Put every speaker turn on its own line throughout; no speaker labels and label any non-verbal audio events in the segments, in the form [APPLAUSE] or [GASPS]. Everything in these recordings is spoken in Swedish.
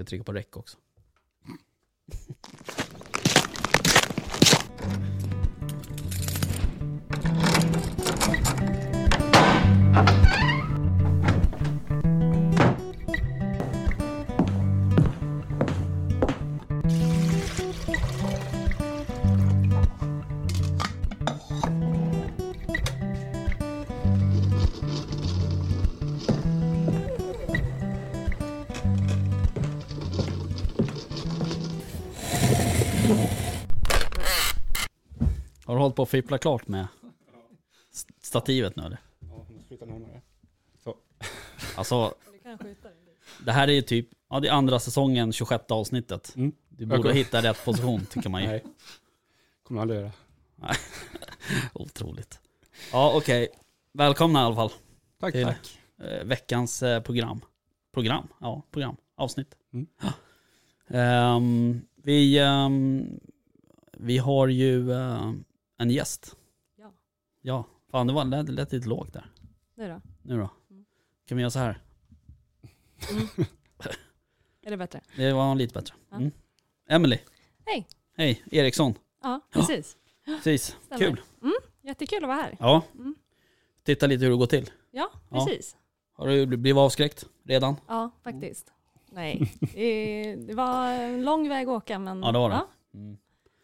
Jag trycker på räck också. Har du hållit på att fippla klart med st- stativet nu eller?
Ja, måste flytta närmare.
Alltså,
Du kan skjuta den dit.
det här är ju typ, ja det är andra säsongen, 26 avsnittet.
Mm.
Du borde
Okej.
hitta rätt
[LAUGHS]
position tycker man ju.
Nej. Kommer aldrig göra.
Otroligt. Ja okej, välkomna i alla fall
Tack,
till
tack.
eh, veckans eh, program. Program? Ja, program. Avsnitt.
Mm.
Ja. [GASPS] Ehm, vi, ehm, vi har ju eh, en gäst.
Ja.
Ja, fan det var, lät, lät lite lågt där.
Nu då?
Nu då?
Mm.
Kan vi göra så här?
Är det bättre?
Det var lite bättre.
Ja.
Mm. Emily.
Hej.
Hej,
[GASPS]
Eriksson.
Ja, precis.
Precis,
Stämmer. Mm,
kul.
Jättekul att vara här.
Ja,
Mm.
titta lite hur det går till.
Ja,
Ja.
precis.
Har du bl- blivit avskräckt redan?
Ja, faktiskt. Nej, det- det var en lång väg att åka. Men,
Ja, det var det. Mm.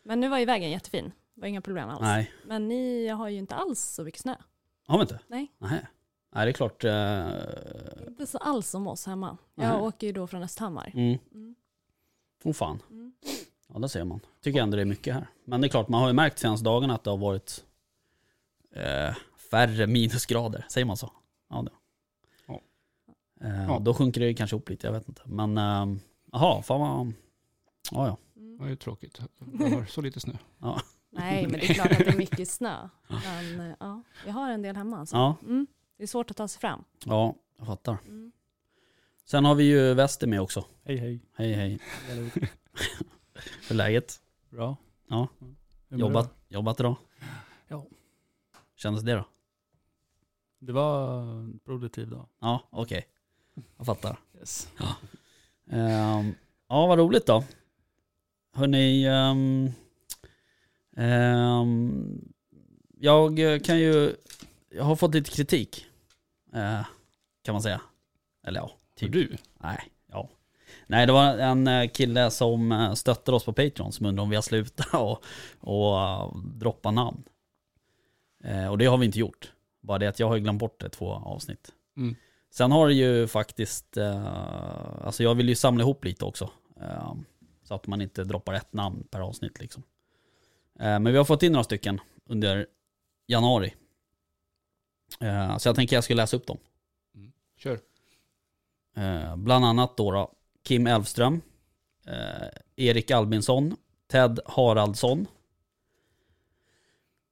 Men nu var ju vägen jättefin. Det var inga problem alls.
Nej,
Men ni har ju inte alls så mycket snö.
har vi inte?
Nej.
Nej, Nej det är klart. eh,
Inte så alls som oss hemma. Jag
Nej.
åker ju då från Östhammar.
Mm.
Mm.
Åh fan,
Mm.
ja det ser man. Tycker ändå det är mycket här. Men det är klart, man har ju märkt senaste dagarna att det har varit eh, färre minusgrader. Säger man så? Ja. Det.
Ja.
Eh,
Ja.
Då sjunker det ju kanske upp lite, jag vet inte. Men, ehm, jaha, fan vad... Ja, ja.
Det var ju tråkigt. Jag har så lite snö.
mm. Nej, men det är klart att det är mycket snö. Men eh, ja, vi har en del hemma. Alltså.
Ja,
Mm. Det är svårt att ta sig fram.
ja, jag fattar.
Mm.
Sen har vi ju Väster med också.
Hej hej.
Hej hej. [LAUGHS] Hur är läget?
Bra.
Ja.
Mm. Hur mår
Jobbat, jobbat idag?
Ja.
Kändes det då?
du? Det var en produktiv dag.
Ja, okej. Jag fattar.
Yes.
Ehm, ja, vad roligt då. Hörni, um, ehm, jag kan ju, jag har fått lite kritik. eh, kan man säga. Eller ja,
För
typ.
du?
Nej, ja. Nej, det var en eh, kille som eh, stöttar oss på Patreon som undrar om vi har slutat [LAUGHS] och, och eh, droppa namn. Eh, Och det har vi inte gjort. Bara det att jag har ju glömt bort det två avsnitt.
Mm.
Sen har det ju faktiskt, eh, alltså jag vill ju samla ihop lite också. eh, Så att man inte droppar ett namn per avsnitt liksom. Eh, Men vi har fått in några stycken under januari. Eh, Så jag tänker jag ska läsa upp dem.
Kör.
Eh, bland annat då, då Kim Elfström, eh, Erik Albinsson, Ted Haraldsson.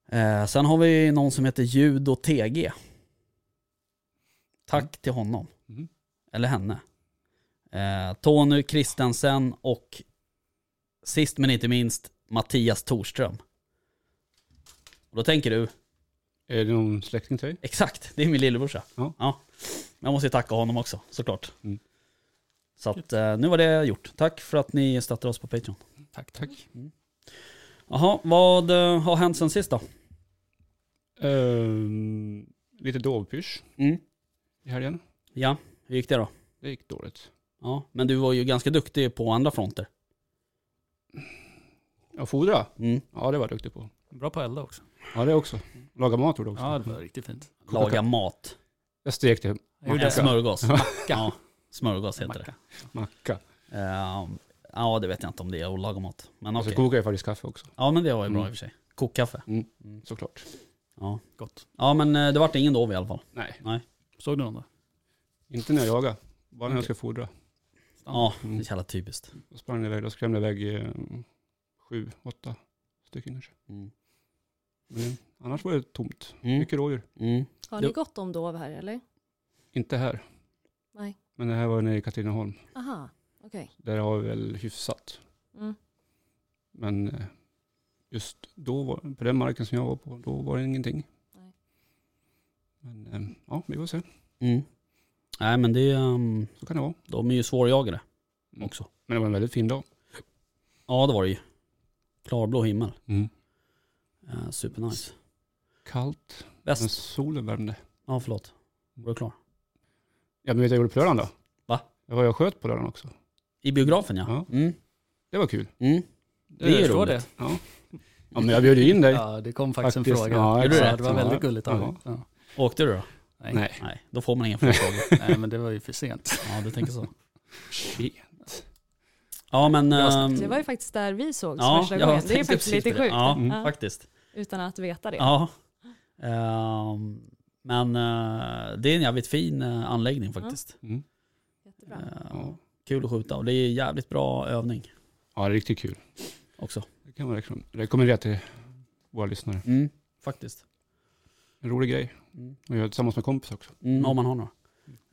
Eh, sen har vi någon som heter Judo TG. Tack
Mm.
till honom.
Mm.
Eller henne. Eh, Tony Kristensen och sist men inte minst Mattias Torström. Och då tänker du,
Är det någon släkting till dig?
Exakt, det är min lillebrorsa.
Ja.
Men Jag måste ju tacka honom också, såklart.
Mm.
Så att, eh, nu var det gjort. Tack för att ni stöttar oss på Patreon.
Tack tack.
Jaha, vad eh, har hänt sen sist då?
Ehm, lite dovpysch i helgen.
Ja, hur gick det då?
Det gick dåligt.
Ja, men du var ju ganska duktig på andra fronter.
Ja, fodra.
Mm.
Ja, det var jag duktig på.
Bra på att elda också.
Ja, det också. Laga mat gjorde jag också.
Ja det var riktigt fint.
Laga mat.
Jag stekte
Jag gjorde
En
det.
smörgås.
Macka.
Ja, smörgås heter det.
Macka.
macka.
Eh, ja, det vet jag inte om det är att laga mat. Men
Och
okej.
så kokade jag faktiskt kaffe också,
Ja, men det var ju bra
Mm.
i och för sig. Kokkaffe.
såklart.
Ja.
Gott.
ja, men eh, det vart ingen dov i alla fall.
Nej,
Såg du någon då?
inte när jag jagade. Bara när jag
Okej.
skulle fodra.
Ja, det
Mm.
är så jävla typiskt.
Då sprang jag iväg, då skrämde jag iväg eh, sju, åtta stycken kanske.
Mm.
Men annars var det tomt.
Mm.
Mycket rådjur.
Mm.
Har ni
Jo.
gott om dov här eller?
Inte här.
Nej.
Men det här var nere i Katrineholm.
Aha, okej.
Där har vi väl hyfsat.
Mm.
Men eh, just då, var, på den marken som jag var på, då var det ingenting.
Nej.
Men eh, ja, vi får se.
Mm. Nej men det, är, ehm,
Så kan det vara.
de är ju svårjagade
Mm.
också.
Men det var en väldigt fin dag.
Ja det var det ju. Klarblå himmel.
Mm.
Eh, supernice.
Kallt, men
Väst.
solen värmde.
Ja förlåt. Var du klar?
Ja men vet du vad jag gjorde på lördagen då?
Va?
Det var jag sköt på lördagen också.
I biografen ja.
Ja.
Mm.
Det var kul.
Mm.
Det är
är
förstår
roligt.
det.
Ja men jag bjöd ju in dig.
Ja, det kom faktiskt,
Faktiskt,
en fråga.
ja,
Gjorde du
Ja,
det?
det var väldigt
Ja.
gulligt av dig. Ja.
Åkte du då?
Nej.
Nej.
Nej, då får man inga fler
[LAUGHS]
frågor.
Nej, men det var ju för sent.
Ja du tänker så.
Shit.
Ja men... ehm,
Det var ju faktiskt där vi sågs
ja,
första
jag
gången. Det är ju
tänkte
faktiskt
precis
lite
på det.
sjukt.
Ja,
Mm.
faktiskt.
Utan att veta det.
Ja. Ehm, men eh, det är en jävligt fin eh, anläggning faktiskt.
Mm.
Jättebra.
Ehm,
Ja.
Kul att skjuta och det är jävligt bra övning
ja, det är riktigt kul.
också.
Det kan man rekomm- rekommendera till våra lyssnare.
Mm. Faktiskt.
En rolig grej.
Mm.
Och jag gör det tillsammans med kompisar också.
Mm, Om man har några.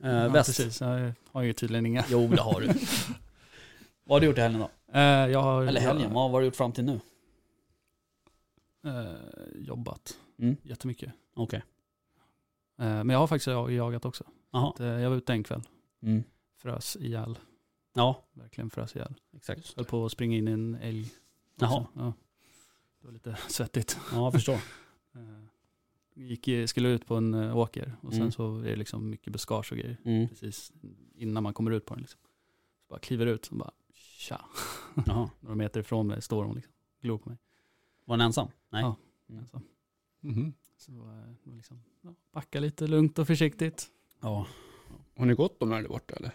Eh,
ja,
väst.
precis. Jag har ju tydligen inga.
Jo det [LAUGHS] har du. vad har du gjort i helgen då?
Eh, Jag har
Eller helgen, vad har du gjort fram till nu?
eh, jobbat
Mm.
jättemycket.
Okej.
Eh, Men jag har faktiskt jag- jagat också.
Jaha.
Att, eh, Jag var ute en kväll,
Mm.
frös ihjäl.
Ja,
Verkligen frös ihjäl.
exakt.
Höll på att springa in i en älg. också.
Jaha.
Ja. Det var lite [LAUGHS] svettigt.
Ja, jag förstår.
Eh, Gick, i- skulle ut på en eh, åker och sen
Mm.
så är det liksom mycket buskage och grejer.
Mm.
Precis innan man kommer ut på den. Liksom. Så bara kliver ut och bara tja.
Jaha.
Några meter ifrån mig står hon liksom. Glor på mig.
Var den ensam? Nej.
Ja.
Mm.
Alltså.
Mhm.
Så eh, då liksom, ja, backa lite lugnt och försiktigt.
Ja.
Har ni gått om älg borta eller?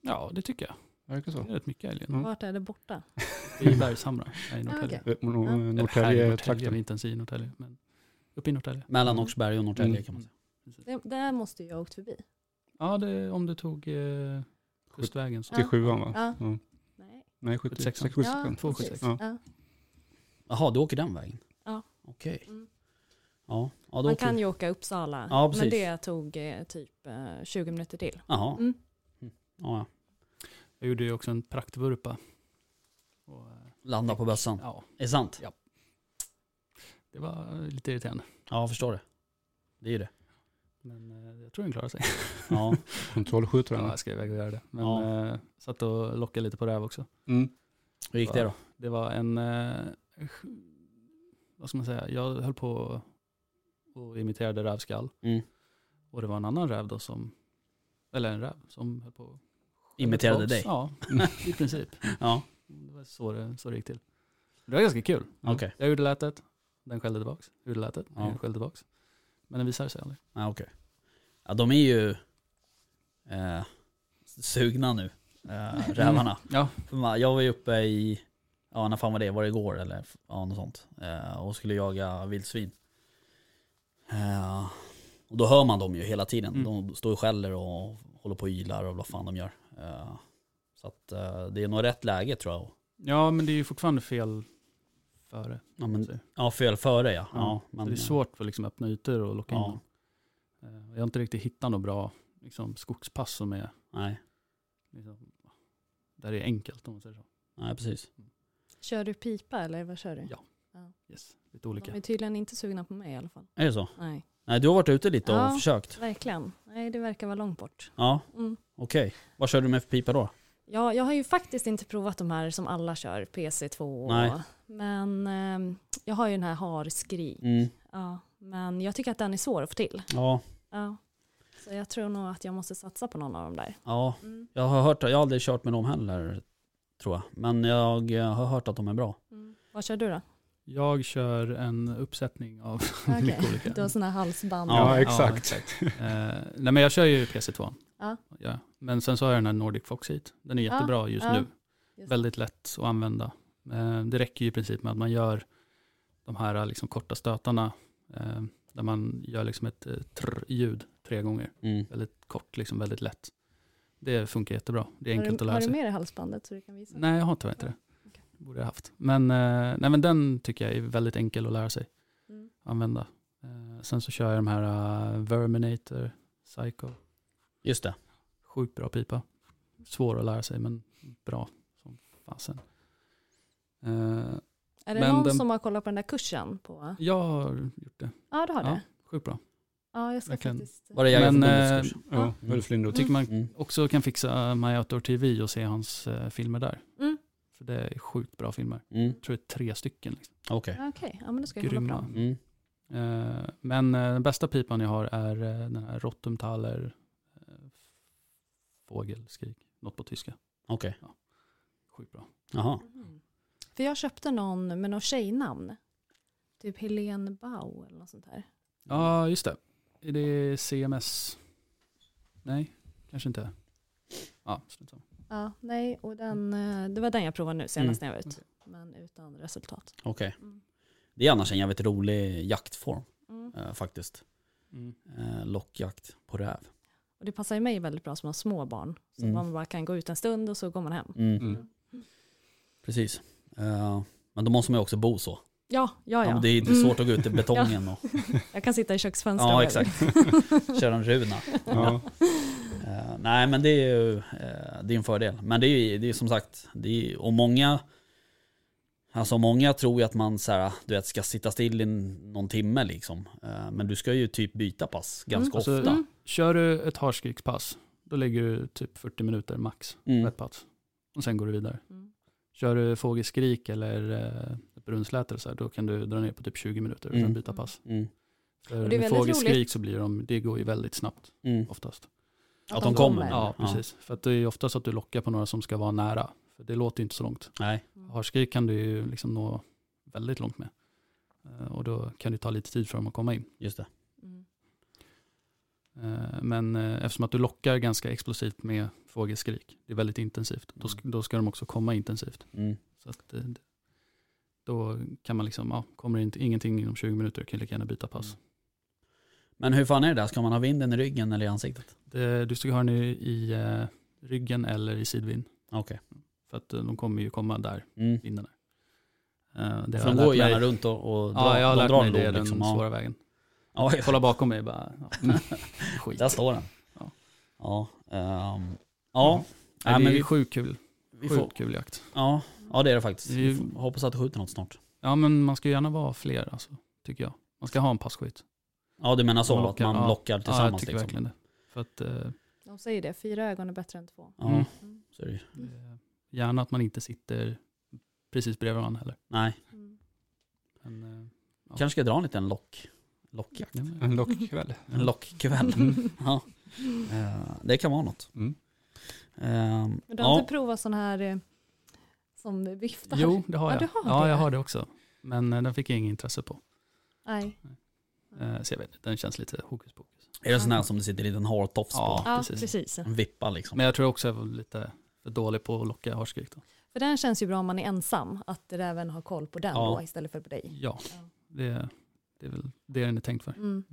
Ja, det tycker jag.
Verkar så.
Det är rätt mycket älg.
Mm.
Vart är det borta?
I Bergshamra, här i Norrtälje.
okej.
Eh, Nor-
Ja.
Eller här i Norrtälje,
Norrtälje-trakten.
inte ens i Norrtälje. Men uppe i Norrtälje.
Mellan Oxberg och Norrtälje
Mm.
kan man säga.
Det, där måste ju jag ha åkt förbi.
Ja, det, om du tog eh, kustvägen så.
Ja.
Till sjuan va?
Ja.
Mm.
Ja.
Nej.
Nej, 76.
Ja,
76.
två
precis.
Ja.
Ja.
Jaha, du åker den vägen?
Ja.
Okej.
Mm.
Ja. ja, då
Man
åker
kan ju åka Uppsala,
Ja,
men
precis.
det tog eh, typ eh, 20 minuter till.
Jaha.
Mm.
Ja, ja.
Jag gjorde ju också en praktvurpa. Och, eh,
Landa på bössan.
ja,
Är det sant?
Ja. det var lite irriterande.
Ja, jag förstår det. Det är ju det.
Men eh, jag tror den klarar sig.
Ja.
Kontrollskjuter
Ja,
han.
jag ska iväg och göra det. Men
Ja.
eh, satt och lockade lite på räv också.
Mm.
Hur gick det då?
Det var en, eh, sj- vad ska man säga, jag höll på och imiterade rävskall.
Mm.
Och det var en annan räv då som, eller en räv som höll på.
Imiterade dig?
Ja, [LAUGHS] i princip.
Ja.
Det var så det, så det gick till. Det var ganska kul.
Okej.
Jag gjorde lätet, den skällde tillbaks. Jag gjorde lätet,
Ja.
den skällde tillbaks. Men den visade sig aldrig.
Ja, okej. Ja, de är ju eh, sugna nu, eh, rävarna.
Mm. Ja.
För man- Jag var ju uppe i, ja när fan var det, var det igår eller ja, något sånt. Eh, och skulle jaga vildsvin. Eh, och då hör man dem ju hela tiden.
Mm.
De står och skäller och håller på och ylar och vad fan de gör. Eh, så att eh, det är nog rätt läge tror jag.
Ja, men det är ju fortfarande fel före.
Ja,
så
men,
att säga.
ja fel före ja.
Ja,
ja
Så
men, eh,
det är svårt för liksom öppna ytor och locka
Ja.
in dem. Eh, Jag har inte riktigt hittat något bra liksom, skogspass som är
Nej,
liksom, där det är enkelt om man säger så.
nej precis.
Kör du pipa eller vad kör du?
Ja. Yes, lite olika.
De är tydligen inte sugna på mig i alla fall.
Är det så?
Nej,
Nej du har varit ute lite
Ja.
och försökt.
verkligen. Nej, det verkar vara långt bort.
Ja.
Mm.
Okej, vad körde du med för pipa då?
Ja, jag har ju faktiskt inte provat de här som alla kör, PC2. och-
Nej.
Men ehm, jag har ju den här harskri.
Mm.
Ja, men jag tycker att den är svår att få till.
Ja,
Ja. Så jag tror nog att jag måste satsa på någon av dem där.
ja,
Mm.
jag har hört, jag har aldrig kört med dem heller tror jag. Men jag eh, har hört att de är bra.
Mm. Vad kör
[LAUGHS]
du då?
Jag kör en uppsättning av
[LAUGHS] Okej.
mycket olika.
Du har sådana här halsband.
Ja,
Ja,
exakt.
Eh, nej men jag kör ju PC2.
Ja.
Ja. Men sen så har jag den här Nordic Fox hit. Den är
Ja,
jättebra just
ja,
nu.
just det.
Väldigt lätt att använda. Eh, det räcker ju i princip med att man gör de här eh, liksom, korta stötarna eh, där man gör liksom ett eh, trr-ljud tre gånger.
Mm.
Väldigt kort, liksom, väldigt lätt. Det funkar jättebra. Det är
har
enkelt
du,
att
har
lära
du
sig.
med dig halsbandet så du kan visa?
Nej, jag har tyvärr inte det.
okej.
Borde jag haft. Men, eh, nej, men den tycker jag är väldigt enkel att lära sig
Mm.
använda. Eh, sen så kör jag de här eh, Verminator, Psycho.
Just det.
Sjukt bra pipa. Svår att lära sig men bra som fasen. Eh,
Är det
Men
någon
den-
som har kollat på den där kursen? På...
jag har gjort det.
Ja, du har
Ja.
det.
Sjukt bra.
Ja, jag ska
Verkligen.
faktiskt...
Var det jag
Men,
eh,
förbundets kurs?
Ja,
Mm.
Ulf
[LAUGHS]
Lindroth.
Jag tycker man
Mm.
också kan fixa My Outdoor TV och se hans eh, filmer där.
Mm.
För det är sjukt bra filmer.
Mm.
Jag tror det är tre stycken. Liksom.
Okej.
Ja, mm, Okej, ja men då ska jag kolla
Grymma.
fram.
Mm.
Eh, men eh, den bästa pipan jag har är eh, den här Rottumtaler eh, fågelskrik, något på tyska.
Okej.
Sjukt bra.
Jaha.
Mm. För jag köpte någon med något tjejnamn. Typ Helene Bau eller något sånt där.
Ja, just det. Är det CMS? Nej, kanske inte. Ja, strunt samma.
Ja, nej, och den, eh, det var den jag provade nu senast när jag var ute.
okej.
Men utan resultat.
Okej.
Mm.
Det är annars en jävligt rolig jaktform
Mm.
eh, faktiskt.
Mm.
Eh, lockjakt på räv.
Och det passar ju mig väldigt bra som har små barn. Så
Mm.
man bara kan gå ut en stund och så går man hem.
Mm.
Mm.
Precis. Eh, men då måste man ju också bo så.
Ja, ja,
Ja,
ja.
men det är det är svårt att gå ut i betongen
[LAUGHS]
och
Mm. Jag kan sitta i köksfönstret om
ja,
jag
exakt.
[LAUGHS]
köra en runa.
Ja.
Eh, nej men det är ju eh, det är en fördel. Men det är ju det är som sagt, det är, och många Alltså många tror ju att man så här, du vet, ska sitta still i n- någon timme liksom. Eh, Men du ska ju typ byta pass ganska
Mm, alltså-
ofta.
Mm.
Kör du ett harskrikspass, då lägger du typ 40 minuter max på
Mm.
ett pass. Och sen går du vidare.
vill. Mm.
Kör du fågelskrik eller eh, ett brunsläte eller så här, då kan du dra ner på typ 20 minuter och
Mm.
sen byta pass.
Mm.
För
Och det är
med
väldigt
fågelskrik
roligt.
så blir de, det går ju väldigt snabbt
Mm.
oftast.
Att de kommer.
Ja, precis. För att det är ju oftast att du lockar på några som ska vara nära. För det låter ju inte så långt.
Nej.
Mm.
Harskrik kan du ju liksom nå väldigt långt med. Eh, Och då kan det ta lite tid för dem att komma in.
Just det.
Mm.
Eh, Men eh, eftersom att du lockar ganska explosivt med fågelskrik, det är väldigt intensivt, då ska, då ska de också komma intensivt.
Mm.
Så att, eh, det- då kan man liksom, ja, kommer det inte, ingenting inom 20 minuter kan du lika gärna byta pass.
Mm. Men hur fan är det där? Ska man ha vinden i ryggen eller i ansiktet?
Det, du ska ha den i, i eh, ryggen eller i sidvind,
Okej.
för att eh, de kommer ju komma där,
Mm.
vinden är. Eh, Det
För
har jag
de går
lärt
ju gärna
mig.
runt och, och drar,
Ja, jag har
de
lärt
drar
mig
en
det
lod,
den
liksom. Ja.
svåra vägen.
Ja,
Kolla bakom mig bara,
[LAUGHS]
ja. skit.
där står den.
Ja.
Ja, ehm, ja.
Nej,
Nej,
det
men
är
vi,
ju sjukt kul,
vi får,
sjukt kul jakt.
ja, ja, det är det faktiskt.
Det är ju-
Vi får- hoppas att du skjuter något snart.
Ja men man ska ju gärna vara fler alltså, tycker jag. Man ska ha en passkytt.
Ja, du menar så?
Man
att
lockar,
man
ja.
lockar
Ja, jag
tillsammans
tycker
liksom?
verkligen det. För att eh,
De säger det, fyra ögon är bättre än två.
Ja,
Mm.
Mm.
så är det ju.
eh, gärna att man inte sitter precis bredvid varandra heller.
Nej,
Mm.
Men, eh, Ja.
kanske ska jag dra en liten lock, lockjakt.
ja, Mm. men-
En lockkväll.
En lockkväll. [LAUGHS] ja. Eh, det kan vara något.
Mm.
Ehm,
Men du har
ja.
inte provat sån här eh, som viftar?
jo, det har
Ja,
jag.
du har
ja,
det.
jag har det också. Men eh, den fick jag inget intresse på.
Nej.
Eh, så jag vet inte, den känns lite hokus pokus.
Är det sån här som det sitter en liten hartofs
Ja.
på?
Ja,
precis.
precis.
En vippa liksom?
Men jag tror också jag var lite för dålig på att locka harskrik då.
För den känns ju bra om man är ensam, att räven har koll på den
Ja.
då istället för på dig.
Ja,
Ja.
det, det är väl det den är tänkt för.
Mm.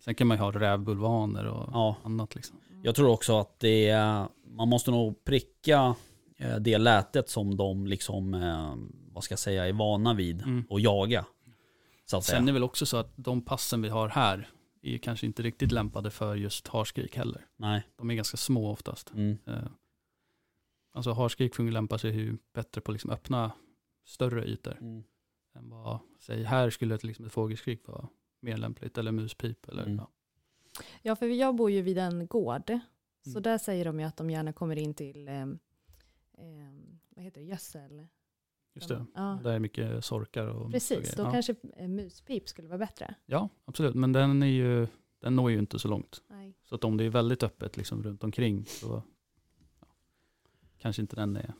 Sen kan man ju ha rävbulvaner och
Ja.
annat liksom.
Jag tror också att det är, man måste nog pricka eh, det lätet som de liksom, eh, vad ska jag säga, är vana vid
Mm.
och jaga. Så att
Sen är
säga.
det väl också så att de passen vi har här är ju kanske inte riktigt lämpade för just harskrik heller.
Nej.
De är ganska små oftast.
Mm.
Eh, Alltså harskrik fungerar lämpar sig ju bättre på liksom öppna större ytor.
Mm.
Än vad, säg här skulle ett, liksom ett fågelskrik vara mer lämpligt eller muspip eller
Mm.
ja.
Ja, för jag bor ju vid en gård, så
Mm.
där säger de ju att de gärna kommer in till eh, eh, vad heter det, gödsel.
Just det.
Ja,
Där är mycket sorkar och
precis.
och
Då
grejer. ja.
kanske eh, muspip skulle vara bättre.
ja, absolut. Men den är ju, den når ju inte så långt.
Nej.
Så att om det är väldigt öppet liksom runt omkring så ja, kanske inte den är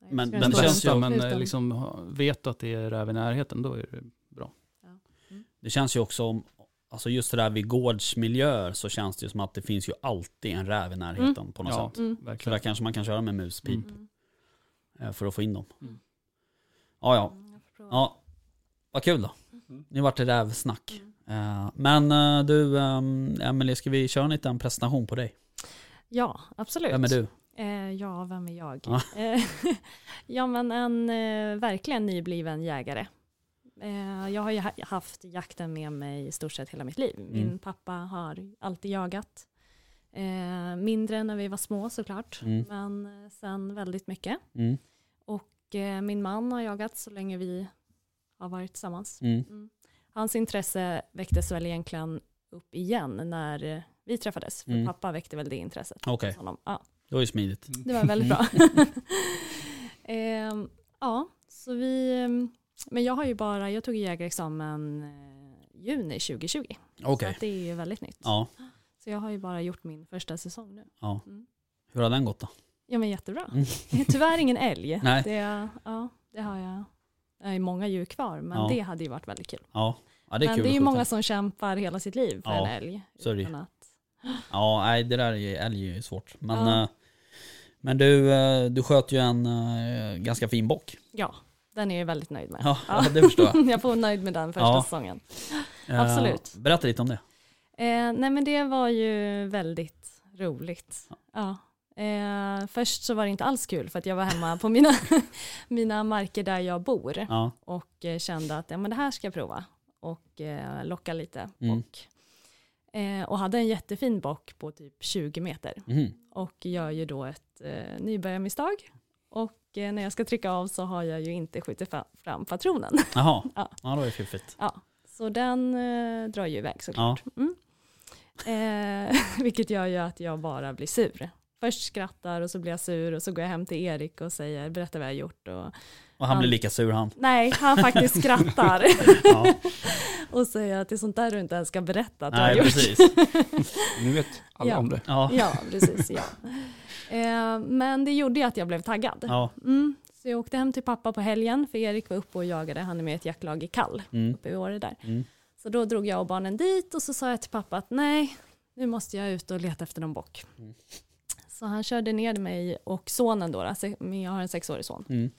Nej,
Men
skulle
den
den
stå
känns ju-
bästa.
utan-
Men eh,
utan-
liksom, ha- vet att det är räv i närheten, då är det
Det känns ju också, om- alltså just det där vid gårdsmiljöer så känns det ju som att det finns ju alltid en räv i närheten på något
Ja.
sätt.
Mm.
Så där
verkligen.
kanske man kan köra med muspip
Mm.
Mm.
eh, för att få in dem.
Mm.
Ja, ja.
Mm, jag får prova.
ja. Vad kul då.
Mm.
Nu vart det rävsnack.
Mm.
Eh, Men eh, du, ehm, Emelie, ska vi köra en liten presentation på dig?
Ja, absolut.
Vem är du?
Eh, ja, vem är jag?
Ja.
[LAUGHS] Eh, ja, men en eh, verkligen nybliven jägare. Eh, jag har ju ha- haft jakten med mig i stort sett hela mitt liv. Min
Mm.
pappa har alltid jagat. Eh, mindre när vi var små såklart,
Mm.
men eh, sen väldigt mycket.
Mm.
Och eh, min man har jagat så länge vi har varit tillsammans.
Mm.
Mm. Hans intresse väcktes väl egentligen upp igen när eh, vi träffades. För
Mm. Eh.
pappa väckte väl det intresset.
Okej.
hos honom. Ja,
Det var ju smidigt.
det
[LAUGHS]
var väldigt bra. [LAUGHS] Ehm, ja, så vi... ehm, Men jag har ju bara, jag tog jägarexamen eh, juni 2020.
Okej.
Så att det är ju väldigt nytt.
Ja.
Så jag har ju bara gjort min första säsong nu.
Ja.
Mm.
Hur har den gått då?
Ja men jättebra.
Mm.
[LAUGHS] Tyvärr ingen älg.
[LAUGHS] Nej.
Det, ja, det har jag. Det är många djur kvar, men
Ja.
det hade ju varit väldigt kul.
Ja. ja det är
men
kul
det är
att
ju
skjuta.
många som kämpar hela sitt liv för
Ja,
en älg.
så är det ju.
utan att-
Ja, nej det där är ju, älg är ju svårt. Men,
Ja.
eh, men du, eh, du sköt ju en eh, ganska fin bock.
Ja, den är jag väldigt nöjd med.
Ja, ja. det förstår [LAUGHS]
[LAUGHS]
jag.
jag var nöjd med den första
Ja.
säsongen.
Eh,
Absolut.
Berätta lite om det.
Eh, nej men det var ju väldigt roligt. Ja. Eh, först så var det inte alls kul för att jag var hemma på mina, [LAUGHS] mina marker där jag bor.
Ja,
och eh, kände att ja, men det här ska jag prova och eh, locka lite
Mm.
bock. Eh, och hade en jättefin bock på typ 20 meter
mhm.
och gör ju då ett eh, nybörjarmisstag och eh, när jag ska trycka av så har jag ju inte skjutit fa- fram patronen. [LAUGHS]
Jaha, ja.
Ja.
det var ju fiffigt.
Så den eh, drar ju iväg
Ja.
såklart. Mm. Eh, [LAUGHS] vilket gör ju att jag bara blir sur. Först skrattar och så blir jag sur och så går jag hem till Erik och säger berätta vad jag har gjort. Och,
Och han
Ja.
blir lika sur han.
[LAUGHS] nej, han
[LAUGHS]
faktiskt skrattar. [LAUGHS]
Ja,
och säger att det är sånt där du inte ens ska berätta att du har
nej
gjort.
precis.
Nu vet alla
Ja.
om det.
Ja,
[LAUGHS] Ja, precis. Ja. Eh, men det gjorde ju att jag blev taggad.
ja.
Mm. Så jag åkte hem till pappa på helgen, för Erik var uppe och jagade, han är med i ett jaktlag i Kall,
Mm.
uppe i Åre där.
Mm.
Så då drog jag och barnen dit och så sa jag till pappa att nej, nu måste jag ut och leta efter någon bock.
Mm.
Så han körde ner mig och sonen då, alltså, men jag har en sexårig son,
Mm.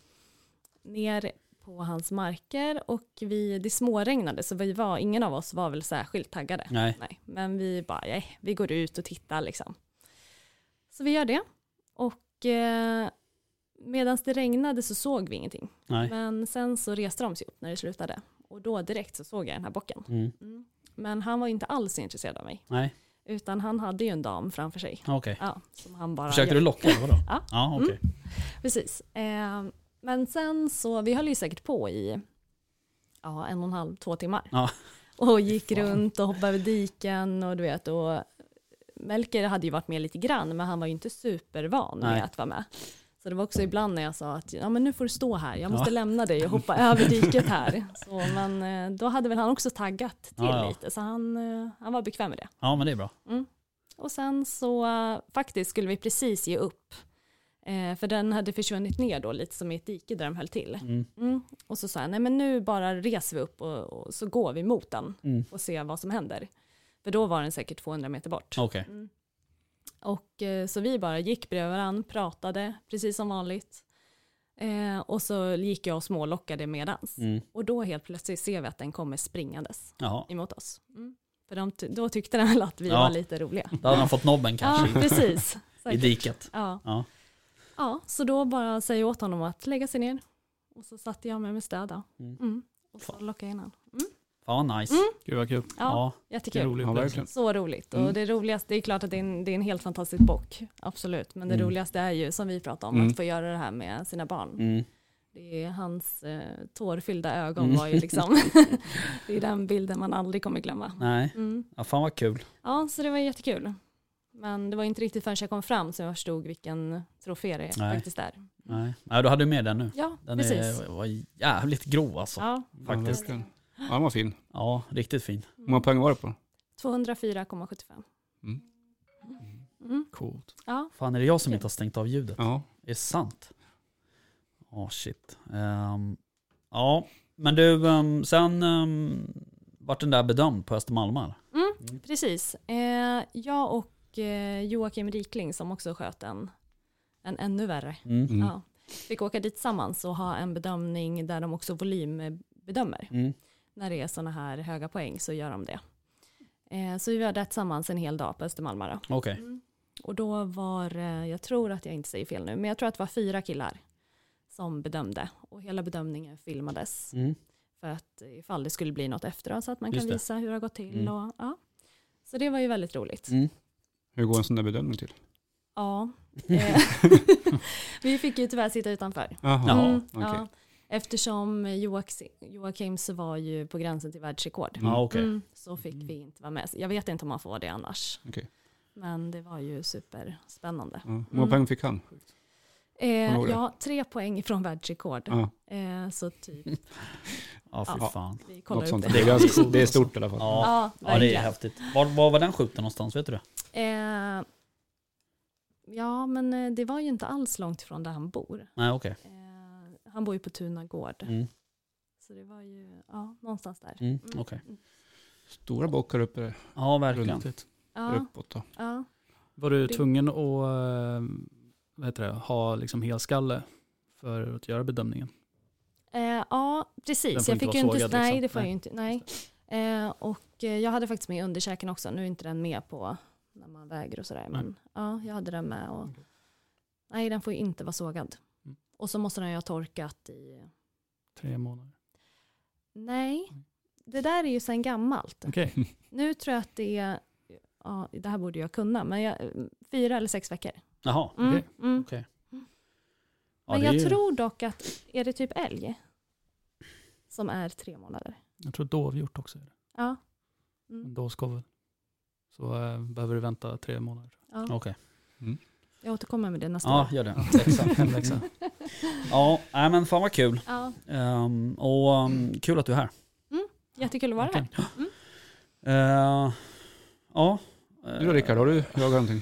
ner på hans marker och vi, det småregnade så vi var, ingen av oss var väl särskilt taggade.
Nej.
Nej, men vi bara, nej, vi går ut och tittar liksom. Så vi gör det. Och eh, medan det regnade så såg vi ingenting.
Nej.
Men sen så reste de sig upp när det slutade. Och då direkt så såg jag den här bocken.
Mm.
Men han var inte alls intresserad av mig.
Nej,
Utan han hade ju en dam framför sig.
okej.
Ja, som han bara...
Försökte du locka eller vadå?
Ja. Mm.
Ja, okej.
Precis. Eh, men sen så, vi höll ju säkert på i ja, en och en halv, två timmar.
Ja.
Och gick
Fan.
runt och hoppade över diken och du vet. Och Melker hade ju varit med lite grann men han var ju inte supervan
Nej.
med att vara med. Så det var också ibland när jag sa att ja, men nu får du stå här, jag måste lämna dig
[LAUGHS]
och hoppa över diket här. Så, men eh, då hade väl han också taggat till
Ja, ja.
lite så han, eh, han var bekväm med det.
Ja, men det är bra.
Och sen så eh, faktiskt skulle vi precis ge upp. Eh, för den hade försvunnit ner då lite som i ett dike där de höll till.
Mm.
Mm. Och så sa jag, nej men nu bara reser vi upp och, och så går vi mot den
Mm.
och ser vad som händer. För då var den säkert 200 meter bort.
Okej.
Mm. Och eh, så vi bara gick bredvid varandra, pratade precis som vanligt. Eh, och så gick jag och smålockade medans.
Mm.
Och då helt plötsligt ser vi att den kommer springandes
Jaha.
emot oss. Mm. För de, ty- då tyckte den väl att vi
Ja.
var lite roliga.
Då hade han fått nobben kanske
Ja, precis.
i
Säkert.
diket.
Ja.
Ja.
ja, så då bara säger jag åt honom att lägga sig ner. Och så satte jag mig med städa.
Mm.
Mm. Och så lockade jag in honom. Mm.
Fan vad nice.
Mm.
Gud vad kul.
Ja,
Vilken
jättekul.
rolig
Ja,
upplevelse.
verkligen.
Så roligt.
Mm.
Och det roligaste, det är klart att det är en, det är en helt fantastisk bock. Absolut. Men det
Mm.
roligaste är ju, som vi pratade om,
Mm.
att få göra det här med sina barn.
Mm.
Det är hans eh, tårfyllda ögon
Mm.
var
[LAUGHS]
ju liksom, [LAUGHS] det är den bilden man aldrig kommer glömma.
Nej,
Mm.
ja, fan vad kul.
Ja, så det var jättekul. Men det var inte riktigt förrän jag kom fram som jag förstod vilken trofé det
Nej.
faktiskt är.
Nej, ja, då hade du med den nu.
Ja,
Den
precis.
är, var jävligt grov alltså. Ja,
Ja,
Faktiskt.
Ja, verkligen. ja, den var fin.
riktigt fin.
Hur många poäng var det på den?
204,75.
Mm.
Mm.
Coolt.
Ja,
Fan är det jag som inte har stängt av ljudet?
Ja.
Är det sant? Ja, shit. Ehm, ja, men du, ehm, sen um, vart den där bedömd på Östermalmar?
precis. Eh, jag och eh, Joakim Rikling som också sköt en, en ännu värre.
Mm.
Mm.
Ja, fick åka dit tillsammans och ha en bedömning där de också volymbedömer.
Mm.
När det är sådana här höga poäng så gör de det. Eh, så vi var där tillsammans en hel dag på Östermalmar. Då.
Okej.
Och då var, eh, jag tror att jag inte säger fel nu, men jag tror att det var fyra killar som bedömde. Och hela bedömningen filmades.
Mm.
För att ifall det skulle bli något efteråt så att man
Just
kan
det.
visa hur det har gått till.
Mm.
Och, ja. Så det var ju väldigt roligt.
Mm.
Hur går en sån där bedömning till?
[LAUGHS]
Ja. Eh, [LAUGHS] vi fick ju tyvärr sitta utanför.
Jaha.
Ja.
Mm,
okej.
ja. Eftersom Joakim, Joakims var ju på gränsen till världsrekord.
Ja, okej.
Mm, så fick
Mm.
vi inte vara med. Så Jag vet inte om man får det annars.
Okej.
Men det var ju superspännande.
Ja. Hur många
Mm.
poäng fick han?
Eh,
Kommer du ihåg det?
ja, tre poäng ifrån världsrekord.
Ja,
Eh, så typ,
Ja, fy
Ja.
fan.
vi kollar
något sånt.
upp
Det
det.
är, ganska, det är stort i alla fall.
Ja,
Ja,
ja det är
verkligen.
häftigt. Var, var var den skjuten någonstans, vet du det?
Eh, ja, men eh, det var ju inte alls långt ifrån där han bor.
Nej, okej.
Eh, han bor ju på Tuna gård.
Mm.
Så det var ju ja, någonstans där.
Mm,
Mm.
okej.
Stora bockar uppe
Ja, verkligen.
runt dit.
Ja,
uppåt. Då.
ja.
Var du
Det-
tvungen att eh, vad heter det, ha liksom helskalle för att göra bedömningen?
Eh, ja, precis.
får
Jag
inte
fick ju
vara
inte,
sågad,
nej,
liksom.
det får jag
Nej.
ju inte. Nej. Eh, och eh, jag hade faktiskt med underkäken också. Nu är inte den med på när man väger och sådär. Men ja, jag hade den med. Och, nej, den får ju inte vara sågad.
Mm.
Och så måste den ju ha torkat i...
Tre månader.
Nej, det där är ju sedan gammalt.
Mm. Okej. [LAUGHS]
Nu tror jag att det är... Ja, det här borde jag kunna, men jag, fyra eller sex veckor.
Jaha.
Mm,
Okej.
mm.
Okej. Ja,
Men
det är
jag
ju-
tror dock att, är det typ älg? Som är tre månader.
Jag tror dovhjort också är det.
Ja.
En
Mm.
dovskovel. Så eh, behöver du vänta tre månader.
ja.
Okej.
Jag återkommer med det nästa
Ja,
år.
gör
[LAUGHS]
det.
En
[LAUGHS]
läxa.
Ja, nej, men fan vad kul.
Ja,
Ehm, och ehm, kul att du är här.
jättekul att vara här.
Eh, ja. eh,
Du då Rickard, har du jagat någonting?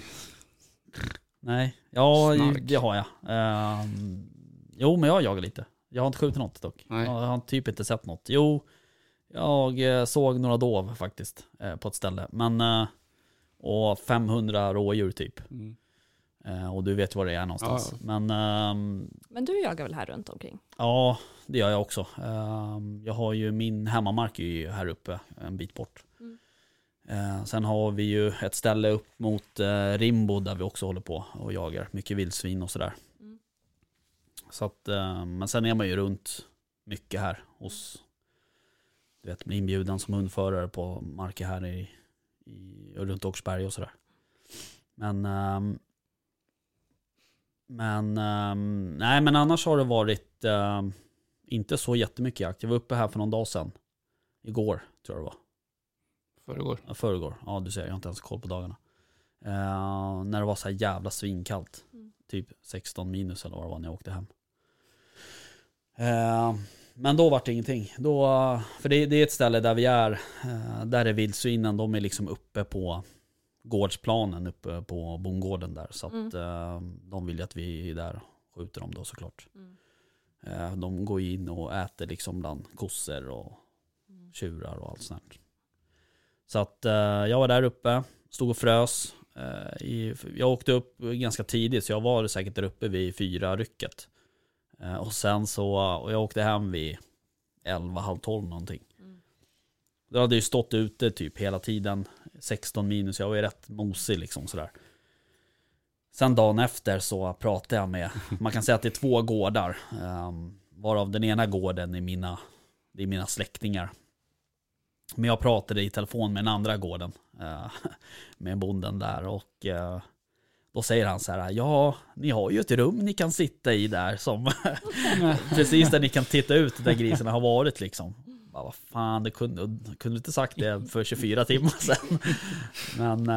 Nej. Ja,
Snark.
det har jag. Ehm, jo, men jag jagar lite. Jag har inte skjutit något dock.
Nej.
Jag har typ inte sett något. Jo, jag eh, såg några dov faktiskt eh, på ett ställe. Men, eh, och 500 rådjur typ.
Mm.
Eh, och du vet var det är någonstans.
Ja.
Men ehm,
Men du jagar väl här runt omkring?
Ja, det gör jag också. Ehm, Jag har ju min hemmamark är ju här uppe en bit bort.
Mm.
Eh, Sen har vi ju ett ställe upp mot eh, Rimbo där vi också håller på och jagar mycket vildsvin och sådär.
Mm.
Så att, eh, men sen är man ju runt mycket här
Mm.
hos, du vet, blir inbjuden som hundförare på marker här i, i, och runt Åkersberga och sådär. Men ehm, men, ehm, nej, men annars har det varit ehm, inte så jättemycket jakt. Jag var uppe här för någon dag sedan. Igår tror jag det var.
Föregår.
Ja, Förrgår. Ja du ser, jag har inte ens koll på dagarna. Eh, när det var så här jävla svinkallt.
Mm.
Typ 16 minus eller vad det var när jag åkte hem. Eh, men då var det ingenting. Då, för det, det är ett ställe där vi är. eh, där är vildsvinen. De är liksom uppe på gårdsplanen uppe på bondgården där. Så att
Mm.
eh, de vill ju att vi är där och skjuter dem då såklart.
Mm.
Eh, de går in och äter liksom bland kossor och
Mm.
tjurar och allt sånt. där. Så att eh, jag var där uppe, stod och frös. Eh, i, jag åkte upp ganska tidigt så jag var säkert där uppe vid fyra rycket. Eh, och sen så, och jag åkte hem vid elva, halv tolv någonting.
Mm.
Då hade jag ju stått ute typ hela tiden, 16 minus, jag var ju rätt mosig liksom sådär. Sen dagen efter så pratade jag med, man kan säga att det är två gårdar. Eh, varav den ena gården är mina, det är mina släktingar. Men jag pratade i telefon med den andra gården, eh, med bonden där och eh, då säger han så här, ja, ni har ju ett rum ni kan sitta i där som [LAUGHS] precis där ni kan titta ut där grisarna har varit liksom. Bara, vad fan, det kunde, kunde du inte sagt det för 24 timmar sedan. Men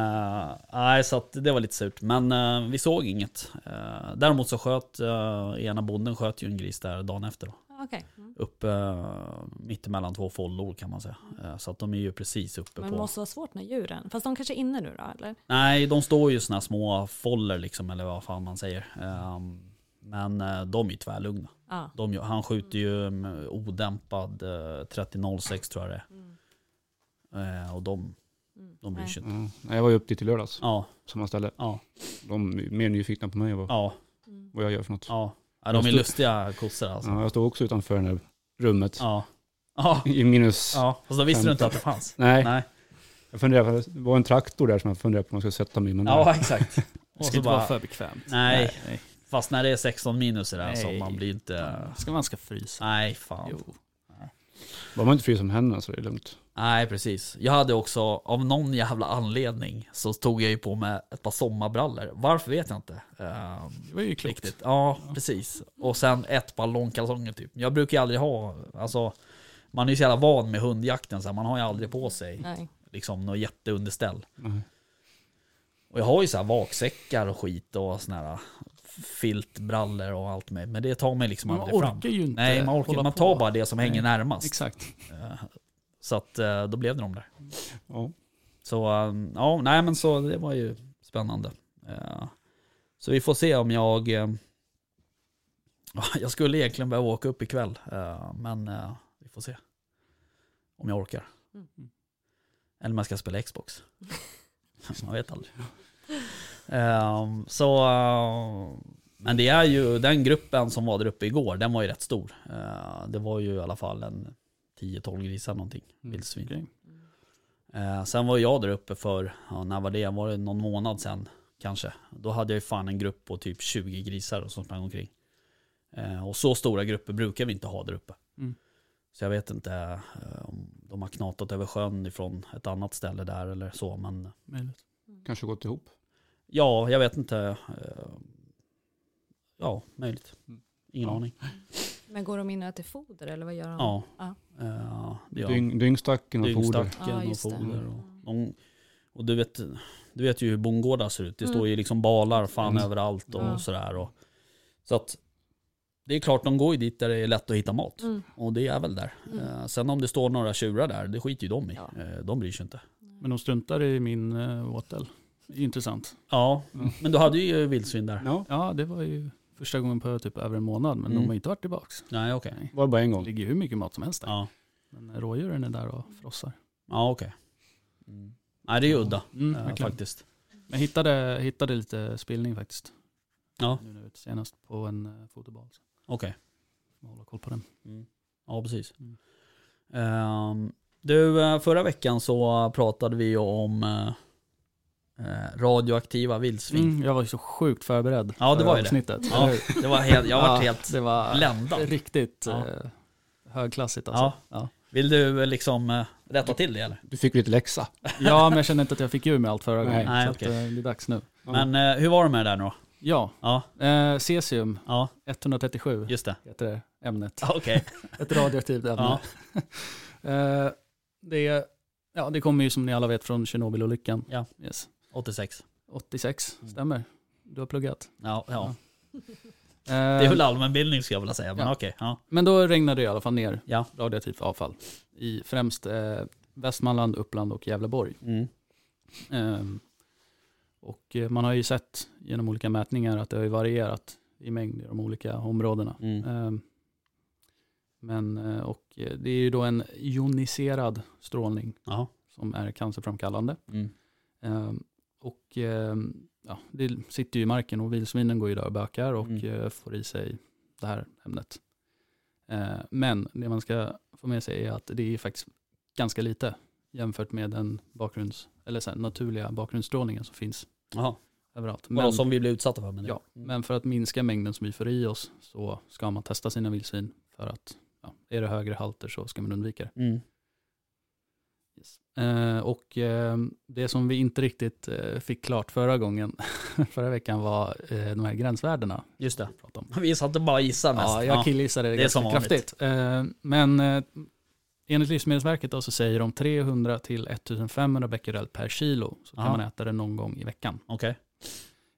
eh, nej, så att det var lite surt. Men eh, vi såg inget. Eh, däremot så sköt eh, ena bonden sköt ju en gris där dagen efter. Då
Okej. Mm.
uppe eh, mittemellan två fållor kan man säga. Eh, Så att de är ju precis uppe
Men
på...
det måste vara svårt med djuren. Fast de kanske är inne nu då, eller?
Nej, de står ju i såna här små fållor liksom, eller vad fan man säger. Ehm, Men eh, de är ju tvärlugna.
Ja.
De, ju- han skjuter ju mm, odämpad eh, 30-06 tror jag det
Mm.
är. Eh, Och de,
Mm.
de bryr
Nej.
sig inte.
Ja. Nej, Jag var ju upp dit i lördags,
Ja,
samma ställe.
ja,
De är mer nyfikna på mig och vad,
ja,
Mm.
vad jag gör för något.
ja. Ja, De är lustiga kossor alltså.
Ja, jag stod också utanför det här rummet
Ja.
[LAUGHS]
Ja,
i minus...
ja. Fast då visste du inte att det fanns.
Nej,
Nej.
jag funderar, på- det var en traktor där som jag funderade på om jag skulle sätta mig i. Men
Ja, exakt.
Det
Och
ska
så
inte vara
bara,
för bekvämt.
Nej.
nej.
fast när det är 16 minus i det här så
Nej.
man blir inte...
Ska man ska frysa.
Nej, fan.
Jo.
Bara man inte fryser om händerna så är det lugnt.
Nej, precis. Jag hade också, av någon jävla anledning, så tog jag ju på mig ett par sommarbrallor. Varför vet jag inte. Ehm,
Det var ju klokt.
Riktigt. Ja, precis. Och sen ett par långkalsonger typ. Jag brukar ju aldrig ha, alltså man är ju så jävla van med hundjakten så här, man har ju aldrig på sig
Nej.
liksom något jätteunderställ.
Nej.
Och jag har ju så här vaksäckar och skit och såna här filtbrallor och allt med. Men det tar mig liksom
Man
aldrig fram.
orkar ju inte
Nej, man orkar
hålla
Man
på.
tar bara det som hänger
Nej,
närmast.
Exakt.
Eh, Så att eh, då blev det de där.
Ja.
Så eh, ja, nej men så det var ju spännande. Eh, Så vi får se om jag... eh, [LAUGHS] Jag skulle egentligen behöva åka upp ikväll, eh, men eh, vi får se. Om jag orkar.
Mm.
Eller om jag ska spela Xbox. Man vet aldrig. Eh, Så... eh, Men det är ju den gruppen som var där uppe igår, den var ju rätt stor. Eh, Det var ju i alla fall en 10-12 grisar någonting,
Mm,
vildsvin.
okej.
Eh, sen var jag där uppe för, ja, när var det? Var det någon månad sen kanske? Då hade jag ju fan en grupp på typ 20 grisar som sprang omkring. Eh, och så stora grupper brukar vi inte ha där uppe.
Mm.
Så jag vet inte eh, om de har knatat över sjön ifrån ett annat ställe där eller så. Men
Möjligt.
Kanske gått ihop.
ja, jag vet inte. Eh, ja, möjligt.
Mm.
Ingen
Ja.
aning.
Men går de in och äter foder eller vad gör de?
Ja.
Ja.
Eh, det gör de.
Dyng, dyngstacken och foder.
Dyngstacken
Ja,
och
just det.
foder. Och,
Mm.
de, och du, vet, du vet ju hur bondgårdar ser ut. Det
Mm.
står ju liksom balar fan
Mm.
överallt och
Ja.
sådär. Och, så att det är klart, de går ju dit där det är lätt att hitta mat.
Mm.
Och det är väl där.
Mm.
Eh, sen om det står några tjurar där, det skiter ju de i.
Ja.
Eh, de bryr sig inte.
Men de struntar i min eh, åtel. Det är Intressant.
Ja,
Mm.
men du hade ju vildsvin där.
Ja,
Ja, det var ju första gången på typ över en månad, men
Mm.
de har inte varit tillbaka.
Nej, okej.
Nej.
var det bara en
Det
gång.
ligger ju hur mycket mat som helst där.
Ja,
Men eh, rådjuren är där och frossar.
ja okej. Mm. Nej, det är ju udda
Mm,
eh,
verkligen.
faktiskt.
Men jag hittade, hittade lite spillning faktiskt.
Ja.
Nu när vi var ute senast på en eh, fotoboll. Så
Okej.
får man hålla koll på den.
Ja, precis.
Mm.
Ehm, du, eh, förra veckan så pratade vi ju om eh, eh, radioaktiva vildsvin.
Mm, jag var ju så sjukt förberedd.
Ja, det
för
var ju det.
avsnittet.
Ja, det var helt, jag var
Ja,
helt
Det var
bländad.
riktigt
Ja.
eh, högklassigt alltså. Ja.
Vill du eh, liksom eh, rätta till det eller?
Du fick lite läxa.
Ja. men jag kände inte att jag fick ur mig allt förra
Nej.
gången.
Nej,
så att,
okej.
eh, det är dags nu.
Ja.
Men eh, hur var det med det där nu då?
Ja,
Ja,
eh, cesium
ja
137
just det.
heter det ämnet.
Ja, Okej. [LAUGHS]
Ett radioaktivt ämne. [LAUGHS] eh, det, ja, det kommer ju som ni alla vet från Tjernobylolyckan.
Ja.
Yes.
86.
86,
Mm.
stämmer. Du har pluggat.
Ja, ja.
Eh,
Det är väl allmänbildning skulle jag vilja säga, men
Ja.
okej. Ja.
Men då regnade det i alla fall ner
Ja.
radioaktivt avfall i främst eh, Västmanland, Uppland och Gävleborg.
Mm.
Ehm, Och eh, man har ju sett genom olika mätningar att det har ju varierat i mängd i de olika områdena.
Mm.
Ehm, Men, eh, och eh, det är ju då en joniserad strålning
Jaha.
som är cancerframkallande.
Mm.
Ehm, Och ehm, ja, det sitter ju i marken och vildsvinen går ju där och bökar och
Mm.
eh, får i sig det här ämnet. Eh, Men det man ska få med sig är att det är faktiskt ganska lite jämfört med den bakgrunds, eller så här, naturliga bakgrundsstrålningen som finns
Jaha.
överallt.
Vadå,
Men,
som Mm. vi blev utsatta för? Men
ja, men för att minska mängden som vi får i oss så ska man testa sina vildsvin för att ja, är det högre halter så ska man undvika det.
Mm.
Eh, och eh, det som vi inte riktigt eh, fick klart förra gången, [LAUGHS] förra veckan, var eh, de här gränsvärdena.
Just det. [LAUGHS]
vi pratade om.
Vi satt och bara gissade mest.
Ja, jag killgissade det,
det är
ganska
som vanligt.
kraftigt. Eh, men eh, enligt Livsmedelsverket då, så säger de 300 till 1500 becquerel per kilo så kan
Ja.
man äta det någon gång i veckan.
Okej.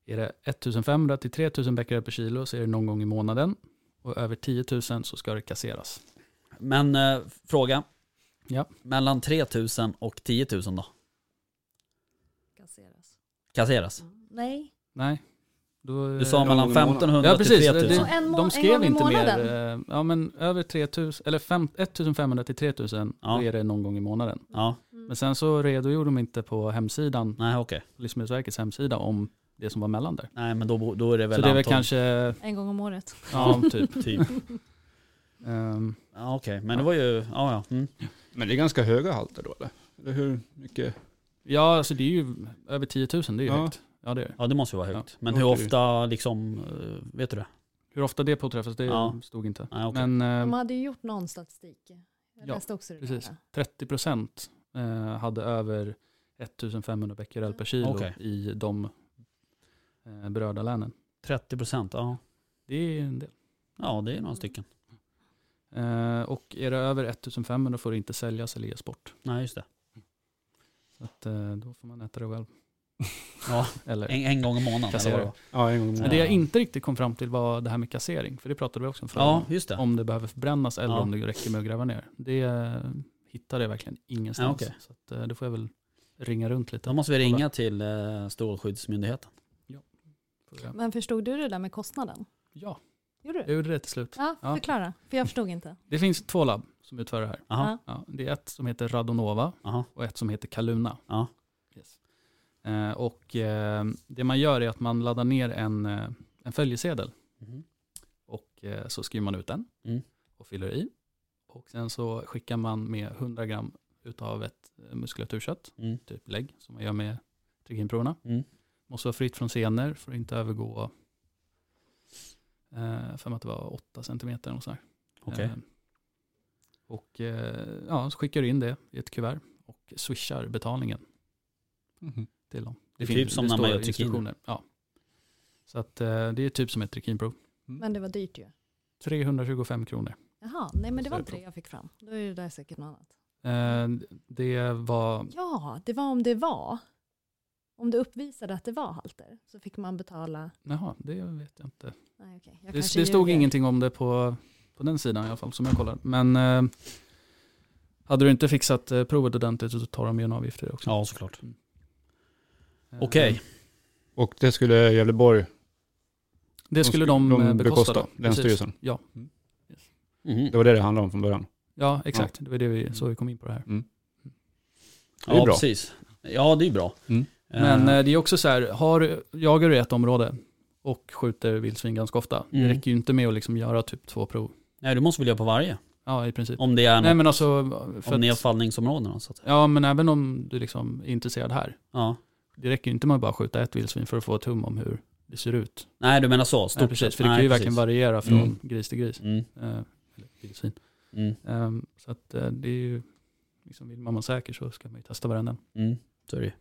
Är det 1500 till 3000 becquerel per kilo så är det någon gång i månaden och över 10 000 så ska det kasseras.
Men eh, fråga.
Ja.
Mellan 3000 och 10 000 då?
Kasseras.
Kasseras?
Mm. Nej.
Nej. Då,
Du sa
någon
mellan
gång i månaden.
1500
Eh, Ja precis,
till
det,
3000?
Så en må- en
de skrev
gång i
inte mer.
månaden?
eh, Ja men över 3000, eller fem- 1500 till 3000,
Ja.
då är det någon gång i månaden.
Ja,
Mm.
Men sen så redogjorde de inte på hemsidan,
nej okej.
Livsmedelsverkets hemsida, om det som var mellan där.
Nej men då, då är det väl
så det är väl
antal-
kanske,
En gång om
[LAUGHS]
året.
[LAUGHS]
ja typ.
Typ.
Ehm,
Ja, okej, men det var ju, ja ja. Mm.
Men det är ganska höga halter då eller? Eller hur mycket?
ja alltså det är ju över 10 000, det är ju
Ja.
högt. Ja det är det.
Ja det måste ju vara högt.
Ja,
men
det
hur
låter ju-
ofta liksom, eh, vet du det?
Hur ofta det påträffas, det
Ja.
stod inte.
Nej, okej.
Men, eh,
De hade ju gjort någon statistik. Jag
Ja,
läste också det
precis.
där.
30 procent eh, hade över 1500 becquerel per kilo
Okej.
i de eh, berörda länen.
30% ja.
Det är en del.
Ja det är några stycken.
Eh, Och är det över 1500 får det inte säljas eller ges bort.
Nej just det.
Så att, eh, då får man äta det själv. [LAUGHS]
Ja.
eller,
En, en gång i månaden eller
Kassera.
vadå?
Ja, en gång om
Men det jag
Ja.
inte riktigt kom fram till var det här med kassering, för det pratade vi också om förra
Ja
gången.
just det.
Om det behöver förbrännas eller
Ja.
om det räcker med att gräva ner. Det eh, hittade jag verkligen ingenstans.
Ja, okej.
Så att, eh, det får jag väl ringa runt lite.
Då måste vi ringa till eh, Strålskyddsmyndigheten.
Får jag-
Men förstod du det där med kostnaden?
Ja,
Gjorde
jag
du?
gjorde det till slut.
Ja,
Ja.
förklara. För jag förstod inte.
Det finns två labb som utför det här.
Aha.
Ja.
Ja, det är ett som heter Radonova
Aha.
och ett som heter Kaluna.
Ja.
Yes. Eh, och eh, det man gör är att man laddar ner en, eh, en följesedel
Mhm.
och eh, så skriver man ut den
Mm.
och fyller i. Och sen så skickar man med 100 gram utav ett eh, muskulaturkött,
Mm.
typ lägg, som man gör med trikinproverna.
Mm.
Måste vara fritt från senor, får inte övergå, eh, för mig att det var 8 centimeter och sådär.
Okej.
Eh, och eh, ja, så skickar du in det i ett kuvert och swishar betalningen
Mhm.
till dem.
Det är typ som när man
står
gör trikin.
instruktioner. Ja. Så att, eh, det är typ som ett trikinprov.
Men det var dyrt ju.
325 kronor.
Jaha, nej men det
Så
var
är
inte
det
det jag fick fram. Då är det där säkert något annat.
Eh, det var,
Ja, det var om det var. Om det uppvisade att det var halter så fick man betala.
jaha, det vet jag inte.
Nej, okej. Jag
Det,
kanske
det stod
ljuger.
ingenting om det på, på den sidan i alla fall som jag kollade. Men eh, hade du inte fixat eh, provet ordentligt så tar de ju en avgift för det också.
Ja såklart.
Eh,
Okej.
Och det skulle Gävleborg
Det skulle de, eh, bekosta. då. Precis.
Länsstyrelsen.
Ja,
Mm. Mhm.
Det var det det handlade om från början.
ja exakt. Det var det vi, så vi kom in på det här.
Det är
Ja
bra.
precis. Ja det är bra.
Mm.
Eh,
Men eh, det är också så här, har, jagar du i ett område och skjuter vildsvin ganska ofta,
Mm.
det räcker ju inte med att liksom göra typ två prov.
nej du måste väl göra på varje?
Ja, i princip.
Om det är
Nej
något,
men alltså, för
om ni har
att,
fallningsområdena så att säga.
ja men även om du liksom är intresserad här,
Ja.
det räcker ju inte med att bara skjuta ett vildsvin för att få ett hum om hur det ser ut.
Nej du menar så, stort
Nej, precis,
sett.
för det kan
Nej,
ju verkligen
precis.
variera från
Mm.
gris till gris.
Mm.
Eh, eller vildsvin.
Mm.
Eh, så att eh, det är ju, liksom, vill man vara säker så ska man ju testa varenda.
Mm, så är det ju.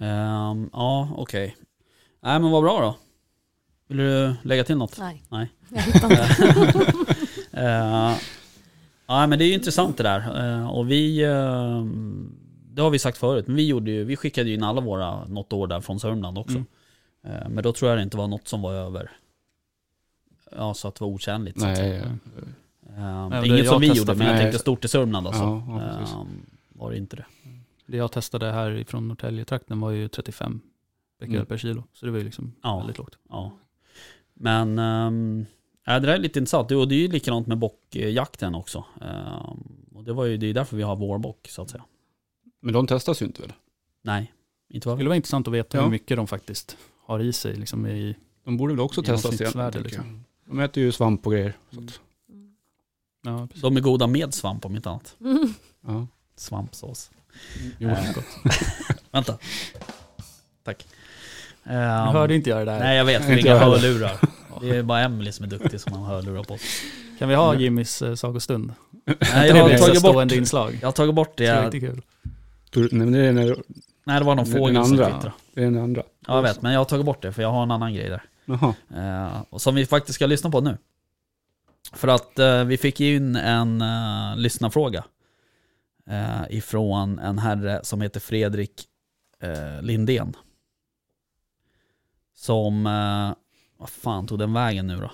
Ehm, Ja, okej. Nej men vad bra då. Vill du lägga till något?
Nej. [LAUGHS]
Nej.
Jag hittade inte.
Eh, Ja men det är ju intressant det där. Eh, och vi, eh, det har vi sagt förut, men vi, gjorde ju, vi skickade ju in alla våra något år där från Sörmland också.
Mm.
Eh, men då tror jag det inte var något som var över, ja så att det var otjänligt. så att säga.
Nej, ja.
Ehm,
Nej,
det
det
är inget som
jag
vi
testade
gjorde, men
för-
jag
Nej.
tänkte stort i Sörmland alltså.
Ja, ja, precis.
Ehm, var det inte det?
Det jag testade här från Norrtäljetrakten var ju 35 becquerel
Mm.
per kilo. Så det var ju liksom
Ja.
väldigt lågt.
Ja. Men ehm, ja, det där är lite intressant. Det- Och det är ju likadant med bockjakten också. Ehm, och det, var ju, det är därför vi har vårbock så att säga.
Men de testas ju inte väl?
Nej, inte
Det
vad
skulle vara intressant att veta
Ja.
hur mycket de faktiskt har i sig. Liksom i,
De borde väl också testas igen?
Genomsnittsvärde,
tänker jag.
liksom.
De äter ju svamp och grejer. Så att,
Mm.
ja, precis.
De är goda med svamp om inte annat.
Mm.
ja.
Svampsås.
Jo,
Eh,
gott.
Vänta. Tack. Um,
Nu hörde inte jag det där.
Nej jag vet, vi har
Inte
inga
jag heller.
hörlurar. Det är bara Emily som är duktig som har hörlurar på sig.
Kan vi ha Jimmys eh, sagostund?
Nej, jag, har
Trevligt
tagit
stående
bort,
inslag.
jag har tagit bort
Det är
det.
riktigt kul.
Tror du- Nej, men det är den,
Nej det var någon
Den
fågel som
andra.
kvittrade.
det är den andra.
Ja jag vet, men jag har tagit bort det för jag har en annan grej där.
Jaha.
Eh, och som vi faktiskt ska lyssna på nu. För att eh, vi fick in en eh, lyssnarfråga eh, ifrån en herre som heter Fredrik eh, Lindén. Som, eh, vad fan tog den vägen nu då?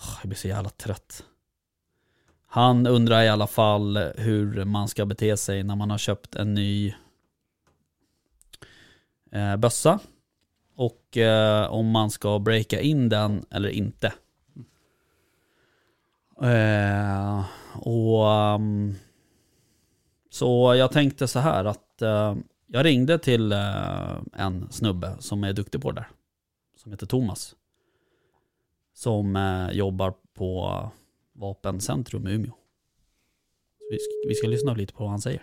Åh, jag blir så jävla trött. Han undrar i alla fall hur man ska bete sig när man har köpt en ny eh, bössa. Och eh, om man ska breaka in den eller inte. Eh, och ehm, Så jag tänkte så här att eh, jag ringde till eh, en snubbe som är duktig på det där. Som heter Thomas. Som eh, jobbar på Vapencentrum i Umeå. Så vi, ska, vi ska lyssna lite på vad han säger.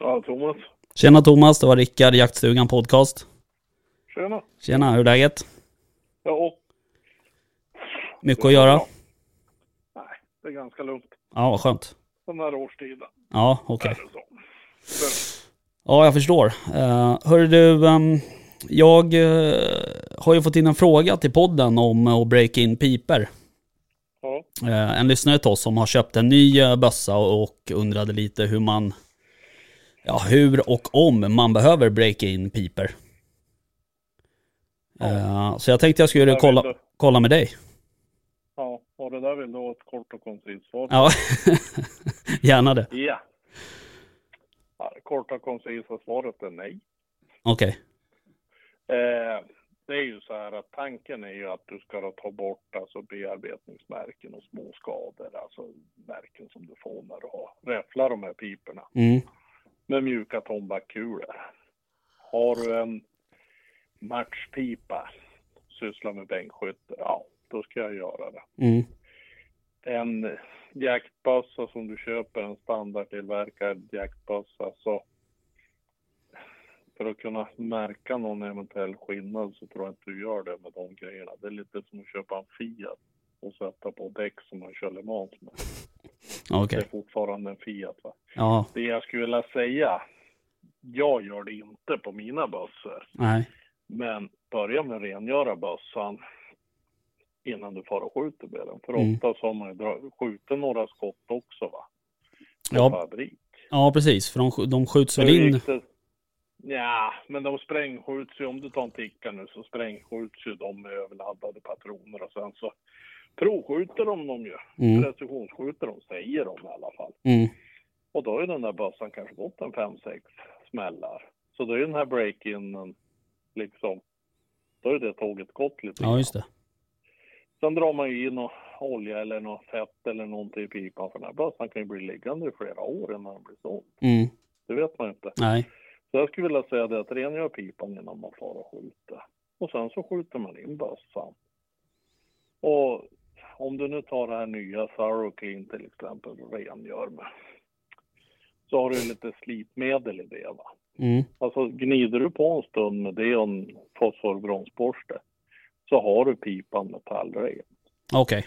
Ja, Thomas.
Tjena Thomas, det var Rickard, Jaktstugan Podcast.
Tjena.
Tjena, hur är läget?
Ja, och
Mycket att göra?
nej, det är ganska lugnt
Ja, vad skönt.
den här årstiden.
Ja, okej.
Är det så. Så,
Ja, jag förstår. Uh, hör du, ehm, jag eh, har ju fått in en fråga till podden om att break in piper.
ja,
Eh, en lyssnare till oss som har köpt en ny eh, bössa och undrade lite hur man, ja hur och om man behöver break in piper. Eh, så jag tänkte jag skulle
Jag
kolla,
vet det.
kolla med dig.
ja, och det där vill du ha ett kort och koncist svar på.
Ja, [LAUGHS] gärna det.
Ja. ja. Det korta och koncisa svaret är nej.
Okej.
Eh, det är ju så här att tanken är ju att du ska då ta bort alltså bearbetningsmärken och små skador, alltså märken som du får när du har räfflar de här piporna.
Mm.
med mjuka tobakskulor. Har du en matchpipa, sysslar med bänkskytte, ja då ska jag göra det.
Mm.
En jaktbössa som du köper, en standardtillverkad jaktbössa, så för att kunna märka någon eventuell skillnad så tror jag inte du gör det med de grejerna. Det är lite som att köpa en Fiat och sätta på däck som man kör Le Mans med. Det
Okej.
är fortfarande en Fiat va?
Ja,
Det jag skulle vilja säga, jag gör det inte på mina bössor,
nej.
men börja med att rengöra bössan innan du far och skjuter med den. För
Mm.
ofta så har man ju dra- skjutit några skott också va? På
Ja.
fabrik.
Ja, precis. För de, sk- de skjuts väl
Hur gick
in.
det? Ja, men de sprängskjuts ju, om du tar en tickare nu så sprängskjuts ju de med överladdade patroner och sen så provskjuter de dem ju.
Mm.
Precisionsskjuter de, säger de i alla fall.
Mm.
Och då är den där bössan kanske gått en fem sex smällar. Så då är den här break-inen liksom, då är det tåget gått lite
Ja, just det.
Sen drar man ju in någon olja eller något fett eller någonting i pipan för den här bössan kan ju bli liggande i flera år innan den blir såld.
Mm.
Det vet man ju inte.
Nej.
Så jag skulle vilja säga det att rengör pipan innan man far och skjuter. Och sen så skjuter man in bössan. Och om du nu tar det här nya Thorough Clean till exempel och rengör med. Så har du lite slipmedel i det va.
Mm.
Alltså gnider du på en stund med det och en fosforbronsborste. Så har du pipan metallren.
Okej.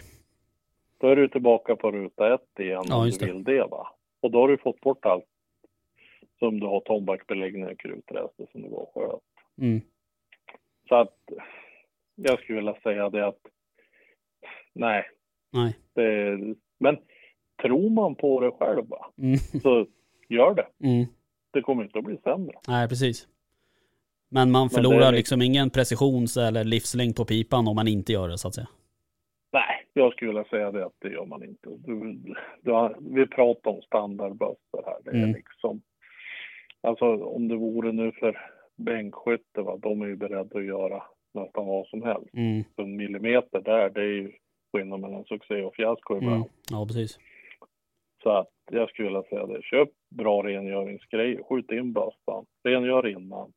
Då är du tillbaka på ruta ett igen
Ja,
om
just
du
det.
vill det va. Och då har du fått bort allt som du har tobaksbeläggningar och krutrester som du var och sköt.
Mm.
Så att jag skulle vilja säga det att nej,
Nej.
det, men tror man på det själv va?
Mm. [LAUGHS]
så gör det.
Mm.
Det kommer inte att bli sämre.
Nej, precis. Men man
det
förlorar
är li-
liksom ingen precisions eller livslängd på pipan om man inte gör det så att säga.
Nej, jag skulle vilja säga det att det gör man inte. Du, du har, vi pratar om standardbössor här. Det är
Mm.
liksom, alltså om det vore nu för bänkskytte va, de är ju beredda att göra nästan vad som helst.
Mm.
En millimeter där, det är ju skillnad mellan succé och fiasko ibland.
Mm. Ja, precis.
Så att jag skulle vilja säga det. Köp bra rengöringsgrejer. Skjut in bössan. Rengör innan.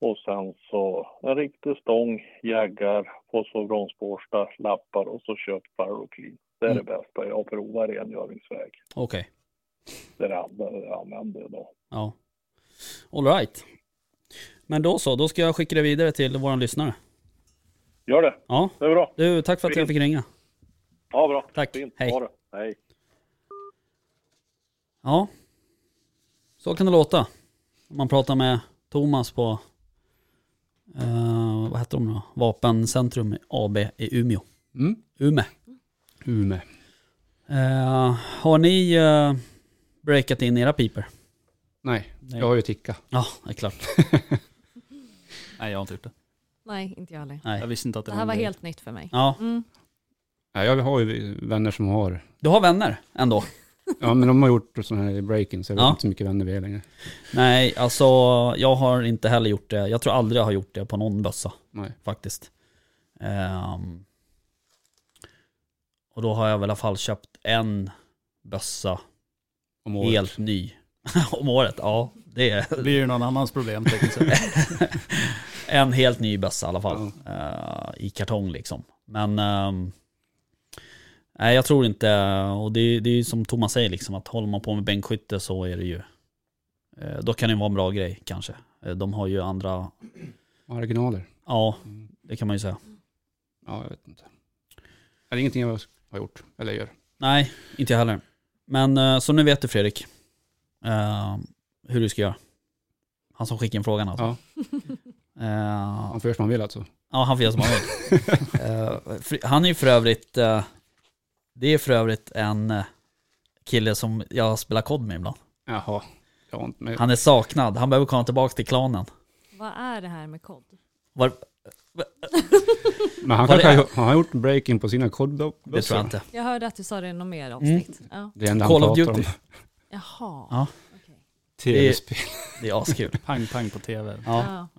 Och sen så en riktig stång, jaggar, fosforbronsborstar, lappar och så köp Ferroclean. Det är
Mm.
det bästa. Jag provar rengöringsväg.
Okej.
Det är det andra jag använder idag.
Ja. All right. Men då så, då ska jag skicka det vidare till våran lyssnare.
Gör det.
Ja.
Det är bra.
Du, tack för att jag
Fint.
fick ringa.
Ja, bra.
Tack.
Fint.
Hej.
Ha det. Hej.
Ja. Så kan det låta. Om Man pratar med Thomas på, eh, vad heter de nu Vapencentrum AB i Umeå.
Mm.
Ume.
Ume.
Eh, har ni eh, breakat in era piper?
Nej,
Nej.
jag har ju ticka.
Ja, det är klart.
[LAUGHS] Nej, jag har inte gjort det.
Nej, inte jag heller.
Jag
Nej.
visste inte att det,
Det här
en
var
grej.
helt nytt för mig.
Ja,
Mm. [LAUGHS]
Nej, jag har ju vänner som har.
du har vänner ändå?
Ja, men de har gjort sådana här break-in så jag
Ja.
vet inte så mycket vänner vi är längre.
Nej, alltså jag har inte heller gjort det. Jag tror aldrig jag har gjort det på någon bössa
Nej.
faktiskt. Ehm, och då har jag väl i alla fall köpt en bössa
Om året.
helt ny. [LAUGHS] Om året, ja. Det är
Det blir ju någon annans problem tekniskt [LAUGHS] sett.
en helt ny bössa i alla fall. Eh, I kartong liksom. Men ehm, nej, jag tror inte, och det, det är ju som Thomas säger, liksom, att håller man på med bänkskytte så är det ju, eh, då kan det vara en bra grej kanske. Eh, de har ju andra
marginaler.
Ja,
Mm.
det kan man ju säga.
Ja, jag vet inte. Det är ingenting jag har gjort, eller gör.
Nej, inte jag heller. Men eh, så nu vet du Fredrik. eh, hur du ska göra. Han som skickade in frågan alltså.
Ja.
Eh,
Man får göra som man vill alltså.
Ja, han får göra som han
[LAUGHS]
vill. Eh, fr- han är ju för övrigt, eh, det är för övrigt en eh, kille som jag spelar kod med ibland.
Jaha. Jag har inte med.
Han är saknad, han behöver komma tillbaka till klanen.
Vad är det här med kod?
Var,
Men han
Var
kanske
det-
har, han har gjort en break-in på sina kodbössor.
det tror jag inte.
Jag hörde att du sa det i något
Mm.
mer avsnitt. Ja.
Det är enda
Call
han
of
pratar
Duty.
om.
Jaha.
Ja.
Okej.
TV-spel.
Det är
[LAUGHS]
askul.
Pang, pang på tv.
Ja. [LAUGHS]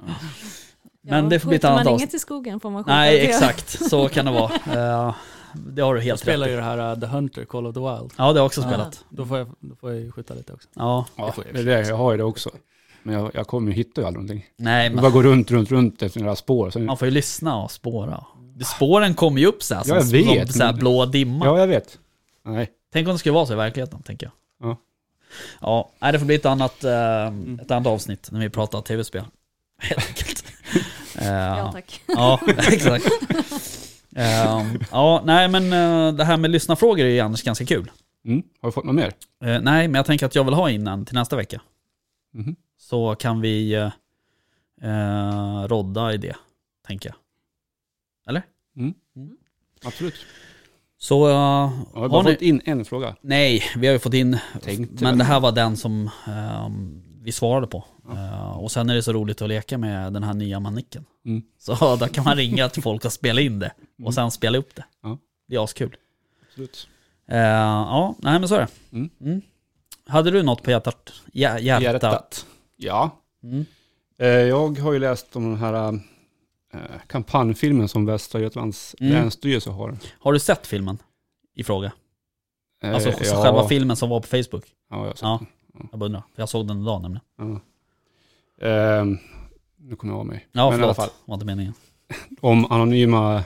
Men
Ja,
det får bli ett
skjuter
annat
man
avsnitt.
inget i skogen får man skjuta
Nej,
det.
exakt. Så kan det vara. Eh, det har du
Jag
helt rätt
spelar ju
i.
det här uh, The Hunter, Call of the Wild.
Ja, det har jag också
Ja.
spelat.
Då får jag, då får jag ju skjuta lite också.
Ja,
Ja,
får jag
det är det. Jag har ju det också. Men jag, jag kommer ju hitta ju aldrig någonting.
nej
Jag
men
bara går runt, runt, runt efter några spår. Sen,
man får ju lyssna och spåra. Spåren kommer ju upp så här, som,
Mm. Ja, jag
som
vet,
så här
men-
blå dimma.
ja, jag vet. Nej.
Tänk om det skulle vara så i verkligheten, tänker jag.
Ja. Mm.
Ja, nej, det får bli ett annat, eh, ett annat avsnitt när vi pratar tv-spel. [LAUGHS] Helt
[LAUGHS]
enkelt. Eh,
Ja, tack. [LAUGHS]
ja, [LAUGHS] exakt. Eh, ja, nej men eh, det här med lyssnarfrågor är ju annars ganska kul.
Mm. Har du fått något mer?
Eh, nej, men jag tänker att jag vill ha in en till nästa vecka.
Mhm.
Så kan vi eh, eh, rodda i det, tänker jag.
Absolut.
Så, eh,
Jag har
har
bara
ni...
fått in en fråga.
Nej, vi har ju fått in
Tänkte
Men
väl.
det här var den som ehm, vi svarade på.
Ja.
Eh, och sen är det så roligt att leka med den här nya manicken.
Mm.
Så [LAUGHS] där kan man ringa till folk och spela in det.
Mm.
Och sen spela upp det.
Ja.
Det är askul.
Absolut.
Eh, ja, nej men så är det.
Mm.
Hade du något på hjärtat? Hjär, hjärtat?
Hjärtat. Ja.
Mm.
Eh, Jag har ju läst om den här eh, kampanjfilmen som Västra Götalands
Mm.
länsstyrelse har.
Har du sett filmen i fråga?
Eh, Mm.
Alltså själva filmen som var på Facebook?
Ja, jag har sett
Ja.
den.
Jag bara undrar, för jag såg den idag nämligen.
Ja. Ehm, nu kommer jag av mig.
Ja,
Men i alla
förlåt.
fall,
var inte meningen.
om anonyma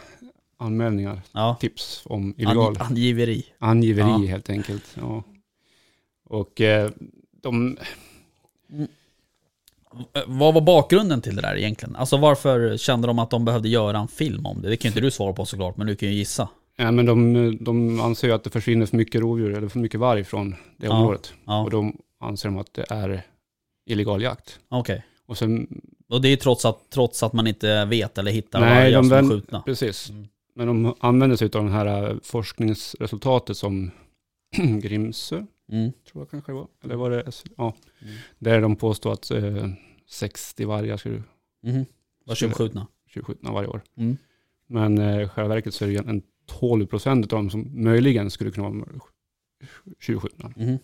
anmälningar,
Ja.
tips om illegal
An, angiveri.
angiveri
Ja.
helt enkelt. Ja. Och eh, de,
Eh, Vad var bakgrunden till det där egentligen? Alltså varför kände de att de behövde göra en film om det? Det kan ju inte du svara på såklart, men du kan ju gissa.
ja, men de, de anser ju att det försvinner för mycket rovdjur eller för mycket varg från det
Ja.
området.
Ja,
Och de anser de att det är illegal jakt.
okej.
Och sen
Och det är ju trots att, trots att man inte vet eller hittar
Nej,
vargar
de
som är
väl-
skjutna.
Precis.
Mm.
Men de använder sig av det här eh, forskningsresultatet som [CLEARS THROAT] Grimsö,
Mm.
tror jag kanske det var. Eller var det S- Ja.
Mm.
Där de påstår att eh, 60 vargar skulle
Mhm. Var tjuvskjutna.
27 varje år.
Mm.
Men eh, i själva verket så är det en 12 procent av dem som möjligen skulle kunna vara 27.
Mhm.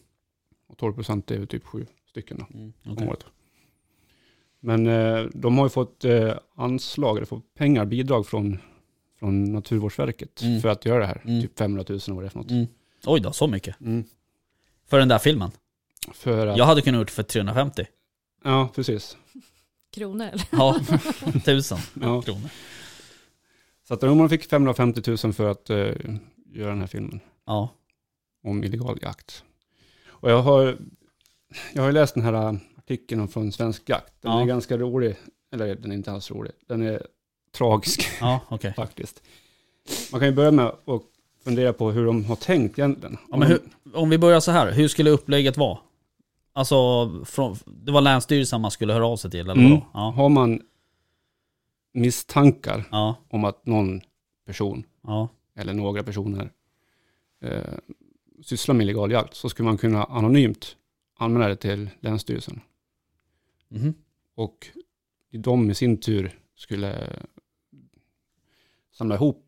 Och 12 procent är ju typ sju stycken då,
Mm.
om
okej.
året. Men eh, de har ju fått eh, anslag, eller fått pengar, bidrag från, från Naturvårdsverket
Mm.
för att göra det här.
Mm.
Typ 500 000 eller vad det är för något.
Mm. Oj då, så mycket. För den där filmen.
För att,
Jag
ja.
hade kunnat gjort för 350.
precis.
Kronor eller?
[LAUGHS]
Ja, tusen
Ja.
kronor.
Så att de fick 550 000 för att eh, göra den här filmen
Ja.
om illegal jakt. Och jag har, jag har ju läst den här eh, artikeln från Svensk Jakt. Den
Ja.
är ganska rolig, eller den är inte alls rolig, den är tragisk [LAUGHS]
Ja, okej.
faktiskt. Man kan ju börja med att fundera på hur de har tänkt egentligen.
Ja, men hur, om vi börjar så här, hur skulle upplägget vara? Alltså, från, det var Länsstyrelsen man skulle höra av sig till, eller vadå?
Mm.
Ja.
Har man misstankar
Ja,
om att någon person
ja.
eller några personer eh, sysslar med illegal jakt så skulle man kunna anonymt anmäla det till Länsstyrelsen.
Mhm.
Och de i sin tur skulle samla ihop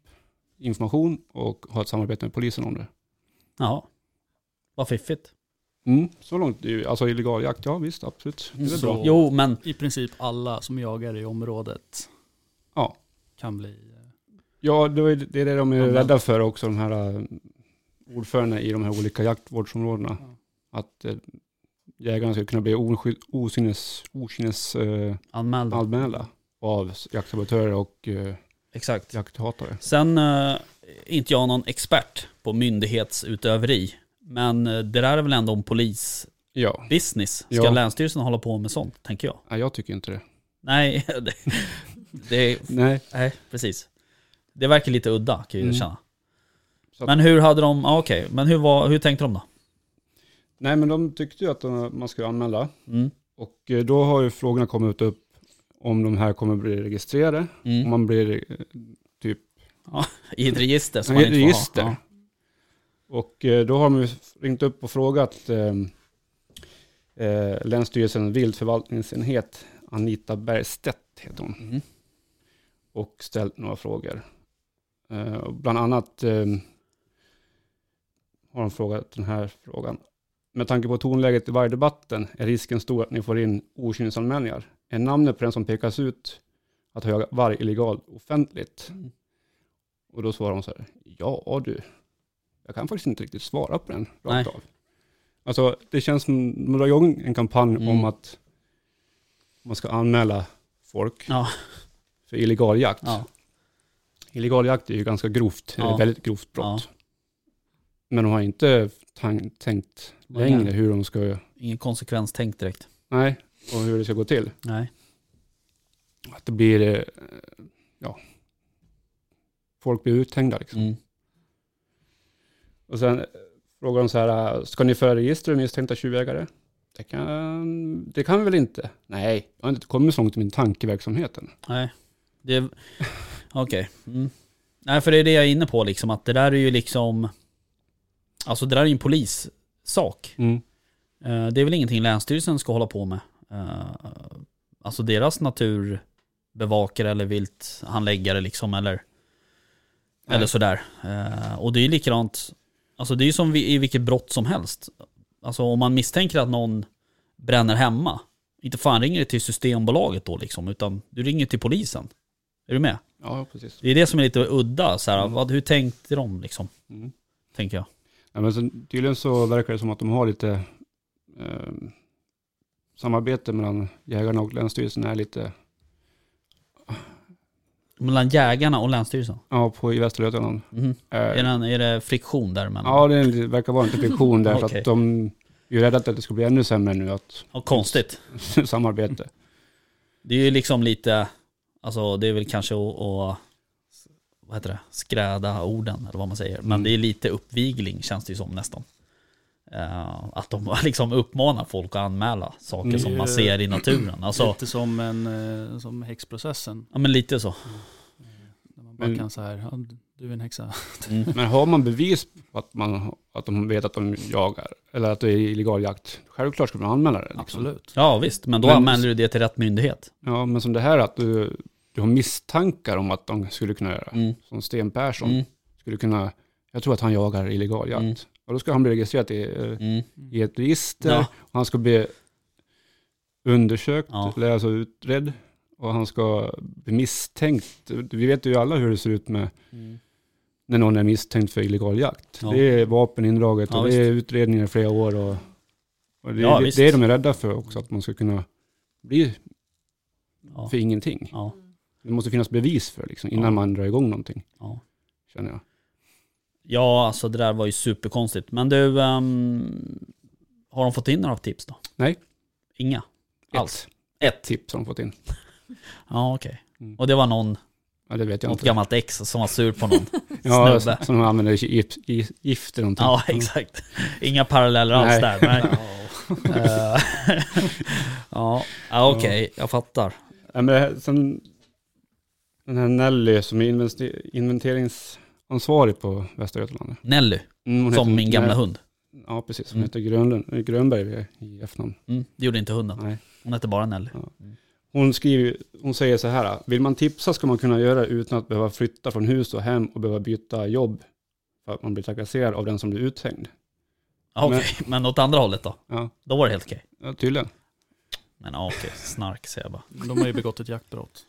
information och ha ett samarbete med polisen om det.
Jaha. Vad fiffigt.
Mm, så långt, är ju- alltså illegal jakt, ja visst absolut. Det är väl
Så-
bra.
Jo, men
I princip alla som jagar i området
Ja.
kan bli... eh,
Ja, det är det är det de är
Anmält.
rädda för också, de här eh, ordförande i de här olika jaktvårdsområdena. Att eh, jägarna skulle kunna bli osky- okynnes, okynnes eh,
anmälda.
anmälda av s- jaktsabotörer och eh,
Exakt.
jakthatare.
Sen eh, är inte jag någon expert på myndighetsutöveri, men eh, det där är väl ändå en polisbusiness.
Ja,
Ska
Ja.
Länsstyrelsen hålla på med sånt, tänker jag?
nej, jag tycker inte det.
Nej, [LAUGHS] det, Det är,
Nej.
nej, precis. Det verkar lite udda kan jag ju
Mm.
känna.
Så att-
Men hur hade de, ja okej, men hur, var, hur tänkte de då?
Nej, men de tyckte ju att de, man skulle anmäla.
Mm.
Och eh, då har ju frågorna kommit upp om de här kommer bli registrerade. Om
Mm.
man blir eh, typ
I ett register som
i
man
ett
inte
register.
får ha.
Och eh, då har de ju ringt upp och frågat eh, eh, Länsstyrelsen viltförvaltningsenhet, Anita Bergstedt heter hon,
Ja. Mm.
och ställt några frågor. Eh, och bland annat eh, har de frågat den här frågan. Med tanke på tonläget i vargdebatten är risken stor att ni får in okynnesanmälningar. Är namnet på den som pekas ut att ha jagat varg illegalt offentligt?
Mm.
Och då svarar hon så här, ja du, jag kan faktiskt inte riktigt svara på den
Nej.
rakt av. Alltså det känns som, man drar igång en kampanj
Mm.
om att man ska anmäla folk
Ja.
för illegal jakt.
Ja.
Illegal jakt är ju ganska grovt,
Ja.
eller väldigt grovt brott. Men de har inte tan- tänkt
Nej.
längre hur de ska,
Ingen konsekvenstänk direkt.
nej, och hur det ska gå till.
Nej.
Att det blir, eh, ja, folk blir uthängda liksom.
Mm.
Och sen eh, frågar de så här, eh, ska ni föra register över misstänkta tjuvjägare? Det kan, det kan vi väl inte? Nej, jag har inte kommit så långt i min tankeverksamhet än.
Nej. Det... Okej. Mm. Nej, för det är det jag är inne på liksom, att det där är ju liksom... Alltså det där är ju en polissak. Eh, Det är väl ingenting Länsstyrelsen ska hålla på med. Eh, Alltså deras naturbevakare eller vilthandläggare liksom eller,
Nej.
eller sådär. Eh, Och det är ju likadant, alltså det är ju som vi- i vilket brott som helst. Alltså om man misstänker att någon bränner hemma, inte fan ringer det till Systembolaget då liksom, utan du ringer till polisen. Är du med?
Ja, precis.
Det är det som är lite udda, så här,
Mm.
vad, hur tänkte de liksom?
Mm.
Tänker jag.
Ja, men sen, tydligen så verkar det som att de har lite eh, samarbete mellan jägarna och länsstyrelsen är lite,
Mellan jägarna och Länsstyrelsen.
ja, på, i Västra Götaland.
Mhm.
Eh,
Är, den, är det friktion däremellan?
ja, det är en- det verkar vara en friktion där, för
[LAUGHS] Okej.
att de är ju rädda att det ska bli ännu sämre nu, att [LAUGHS]
Och konstigt.
samarbete.
Det är ju liksom lite, alltså det är väl kanske att, att vad heter det, skräda orden eller vad man säger. Men
Mm.
det är lite uppvigling känns det ju som nästan. Eh, att de [LAUGHS] liksom uppmanar folk att anmäla saker
Mm.
som man ser i naturen. Alltså,
Lite som, en, eh, som häxprocessen.
ja men lite så.
När man bara
Men-
kan så här, ja, du är en [LAUGHS] häxa.
Men har man bevis på att, man, att de vet att de jagar, eller att det är illegal jakt, självklart ska man anmäla det. liksom.
Absolut.
Ja visst, men då
Men-
anmäler du det till rätt myndighet.
Ja, men som det här att du, du har misstankar om att de skulle kunna göra,
Mm.
som Sten Persson
Mm.
skulle kunna, jag tror att han jagar illegal jakt.
Mm.
Och då ska han bli registrerad i, eh,
Mm.
i ett register,
Ja.
och han ska bli undersökt,
Ja.
eller alltså utredd, och han ska bli misstänkt. Vi vet ju alla hur det ser ut med när någon är misstänkt för illegal jakt.
Ja.
Det är vapen indraget
Ja,
och det är utredningar i flera år. Och, och det,
Ja,
det,
visst.
det är de är rädda för också, att man ska kunna bli
Ja.
för ingenting.
Ja.
Det måste finnas bevis för liksom, innan
Ja.
man drar igång någonting,
Ja.
känner jag.
ja, alltså det där var ju superkonstigt. Men du, ehm, har de fått in några tips då?
Nej.
Inga?
Ett
Alls? Ett?
tips har de fått in.
Ja okej.
Mm.
Och det var någon
Ja, det vet jag
Något
inte.
gammalt ex som var sur på någon.
Ja,
snubbe.
som de använder gift, gift, gift eller någonting.
ja, exakt. Inga paralleller alls
Nej.
där. Nej. Eh, [LAUGHS] ja, ja okej, jag fattar.
Ja, men det här, sen, den här Nelly som är investe- inventeringsansvarig på Västra Götaland.
Nelly,
Mm, hon
som
heter-
min gamla
nej,
hund.
Ja, precis. Hon
Mm.
heter Grönlund, Grönberg i- i efternamn.
Mm, det gjorde inte hunden.
Nej.
Hon hette bara Nelly.
Hon, skriver, hon säger så här, vill man tipsa ska man kunna göra utan att behöva flytta från hus och hem och behöva byta jobb för att man blir trakasserad av den som blir uthängd.
Ja, Okej, men åt andra hållet då?
Ja,
Då var det helt okej.
ja, tydligen.
Men ja, okej, snark säger jag bara.
De har ju begått ett jaktbrott.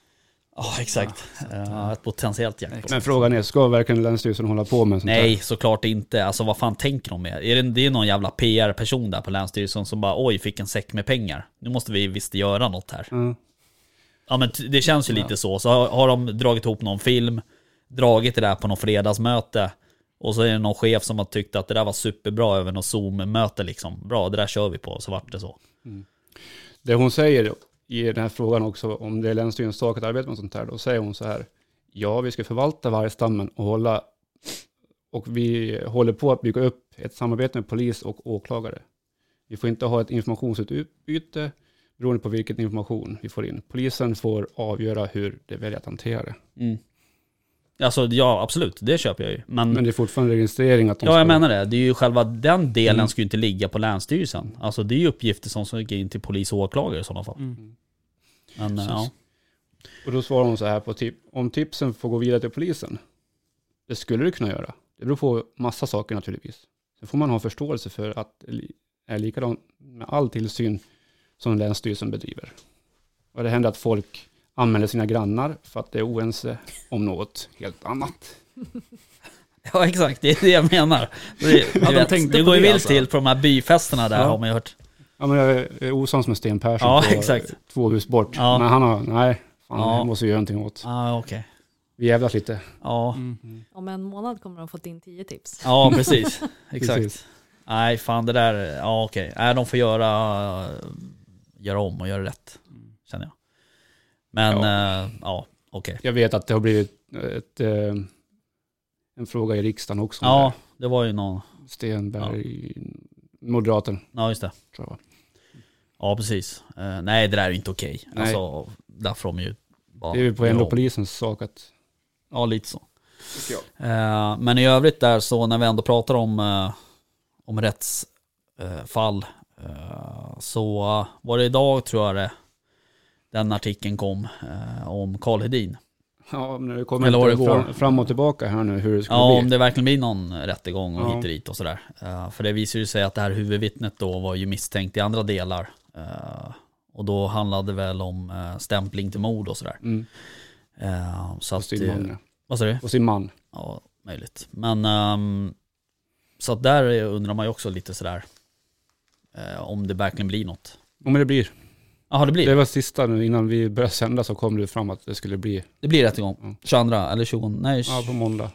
Ja, exakt. Eh, ett potentiellt jaktbrott.
Men frågan är, ska verkligen Länsstyrelsen hålla på med sånt
Nej, såklart inte. Alltså vad fan tänker de med? Är det, det är någon jävla PR-person där på Länsstyrelsen som bara oj, fick en säck med pengar. Nu måste vi visst göra något här.
här? Ja.
Ja men t- det känns ju
Ja.
lite så. Så har, har de dragit ihop någon film, dragit det där på någon fredagsmöte och så är det någon chef som har tyckt att det där var superbra över något Zoom-möte liksom. Bra, det där kör vi på. Så vart det så.
Det hon säger i den här frågan också om det är länsstyrelsens sak att arbeta med sånt här. Då säger hon så här, ja vi ska förvalta vargstammen och hålla och vi håller på att bygga upp ett samarbete med polis och åklagare. Vi får inte ha ett informationsutbyte beroende på vilken information vi får in. Polisen får avgöra hur de väljer att hantera det.
Mm. Alltså ja, absolut. Det köper jag ju. Men,
Men det är fortfarande registrering att de
ja, jag
ska-
menar det. Det är ju själva den delen
Mm.
ska ju inte ligga på Länsstyrelsen. Alltså det är ju uppgifter som ska gå in till polis och åklagare i sådana fall.
Mm.
Men, eh, ja.
Och då svarar hon så här på tip, om tipsen får gå vidare till polisen. Det skulle du kunna göra. Det beror på massa saker naturligtvis. Sen får man ha förståelse för att det li- är likadant med all tillsyn som Länsstyrelsen bedriver. Och det händer att folk anmäler sina grannar för att det är oense om något helt annat.
ja, exakt. Det är det jag menar. Det,
Ja,
du
de
vet,
tänkte
det
på
går ju
det,
vilt
alltså.
till på de här byfesterna där
Ja.
har man ju hört.
Ja men jag är osams med Sten Persson
Ja,
på
exakt.
två hus bort.
Ja.
Men han har, nej, fan,
Ja.
jag måste göra någonting åt.
ah, okej.
Vi jävlas lite.
Ja.
Mm.
Om en månad kommer de fått in tio tips.
ja, precis.
[LAUGHS]
Exakt.
Precis.
Nej, fan det där. Ja, okej. Nej, de får göra, göra om och göra rätt,
Mm.
känner jag. Men, ja, ja okej.
Jag vet att det har blivit ett, eh, en fråga i riksdagen också. om det här.
Ja, det var ju någon.
Stenberg, moderaten
Ja, just det.
tror jag. va?
Ja, precis. Eh, nej, det där är ju inte okej.
Nej.
Alltså, där får de ju... bara
Det är ju på ändå
göra om.
polisens sak att...
Ja, lite så. Eh, men i övrigt där så när vi ändå pratar om, eh, om rättsfall eh, så eh, var det idag tror jag det, den artikeln kom eh, om Karl Hedin.
Ja, men det kommer
Eller var
lite
det igår?
fram, fram och tillbaka här nu hur det ska
Ja, om
bli.
det verkligen blir någon rättegång och
Ja.
hit och dit och sådär. Eh, för det visar ju sig att det här huvudvittnet då var ju misstänkt i andra delar. Eh, och då handlade det väl om eh, stämpling till mord och sådär.
Mm,
Eh, så att,
hos sin
eh,
man. ja.
vad sa du?
Hos sin man.
Ja, möjligt. Men ehm, så att där undrar man ju också lite sådär eh, om det verkligen blir något.
Ja, men det blir.
Jaha, det blir
Det
det?
var sista nu innan vi började sända så kom det fram att det skulle bli,
Det blir rättegång.
Mm.
22 eller 20, nej,
ja på
ja,
måndag.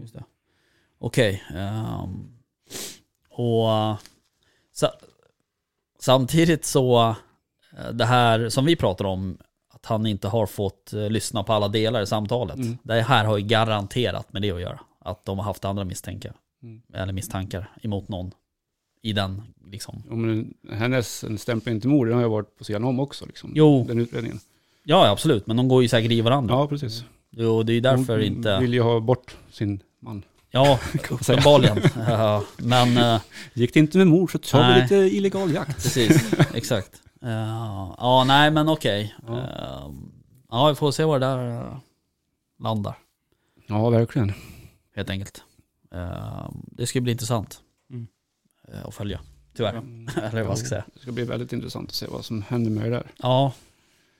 just det. Okej. ehm, och eh, sa, samtidigt så, eh, det här som vi pratar om, att han inte har fått eh, lyssna på alla delar i samtalet.
Mm.
Det här har ju garanterat med det att göra. Att de har haft andra misstänkar,
Mm.
eller misstankar emot någon i den liksom
Ja, men hennes stämpling till mord, den har jag varit på sidan om också. Liksom.
Jo,
Den utredningen.
ja ja, absolut. Men de går ju säkert i varandra.
Ja, precis.
Och det är ju därför
Hon
inte...
vill ju ha bort sin man. [LAUGHS]
Ja,
Kan man säga.
uppenbarligen. [LAUGHS] Ja, Men eh,
Gick det inte med mord så tar
Nej.
vi lite illegal jakt. [LAUGHS]
precis, exakt. Eh, Ja, nej men okej.
Ja.
Eh, Ja, vi får se var det där eh, landar,
Ja, verkligen.
helt enkelt. Eh, Det ska bli intressant
Mm.
eh, att följa, tyvärr. [LAUGHS] Eller vad jag ska säga.
Det ska bli väldigt intressant att se vad som händer med det där.
Ja,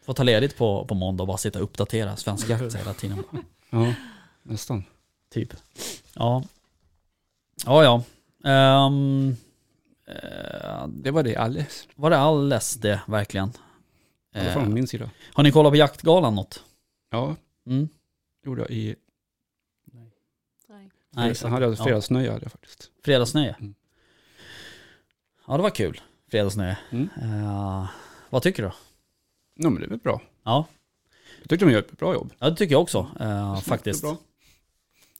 får ta ledigt på, på måndag och bara sitta och uppdatera svensk
[LAUGHS]
jakt hela tiden.
Ja, nästan.
Typ. Ja. Ja, ja. Ehm, eh,
Det var det alldeles.
var det alles det verkligen?
I alla
Eh,
fall från min sida.
har ni kollat på Jaktgalan något?
Ja,
Mm?
det gjorde jag i...
Nej.
Nej,
sen hade jag
Ja.
fredagssnöja hade jag faktiskt.
Fredagssnöje?
Mm.
Ja, det var kul. Fredagssnöje.
Mm.
Eh, vad tycker du?
Ja, men det var bra.
Ja.
Jag tyckte de gör ett bra jobb. Mm.
Ja, det tycker jag också eh, faktiskt.
Bra.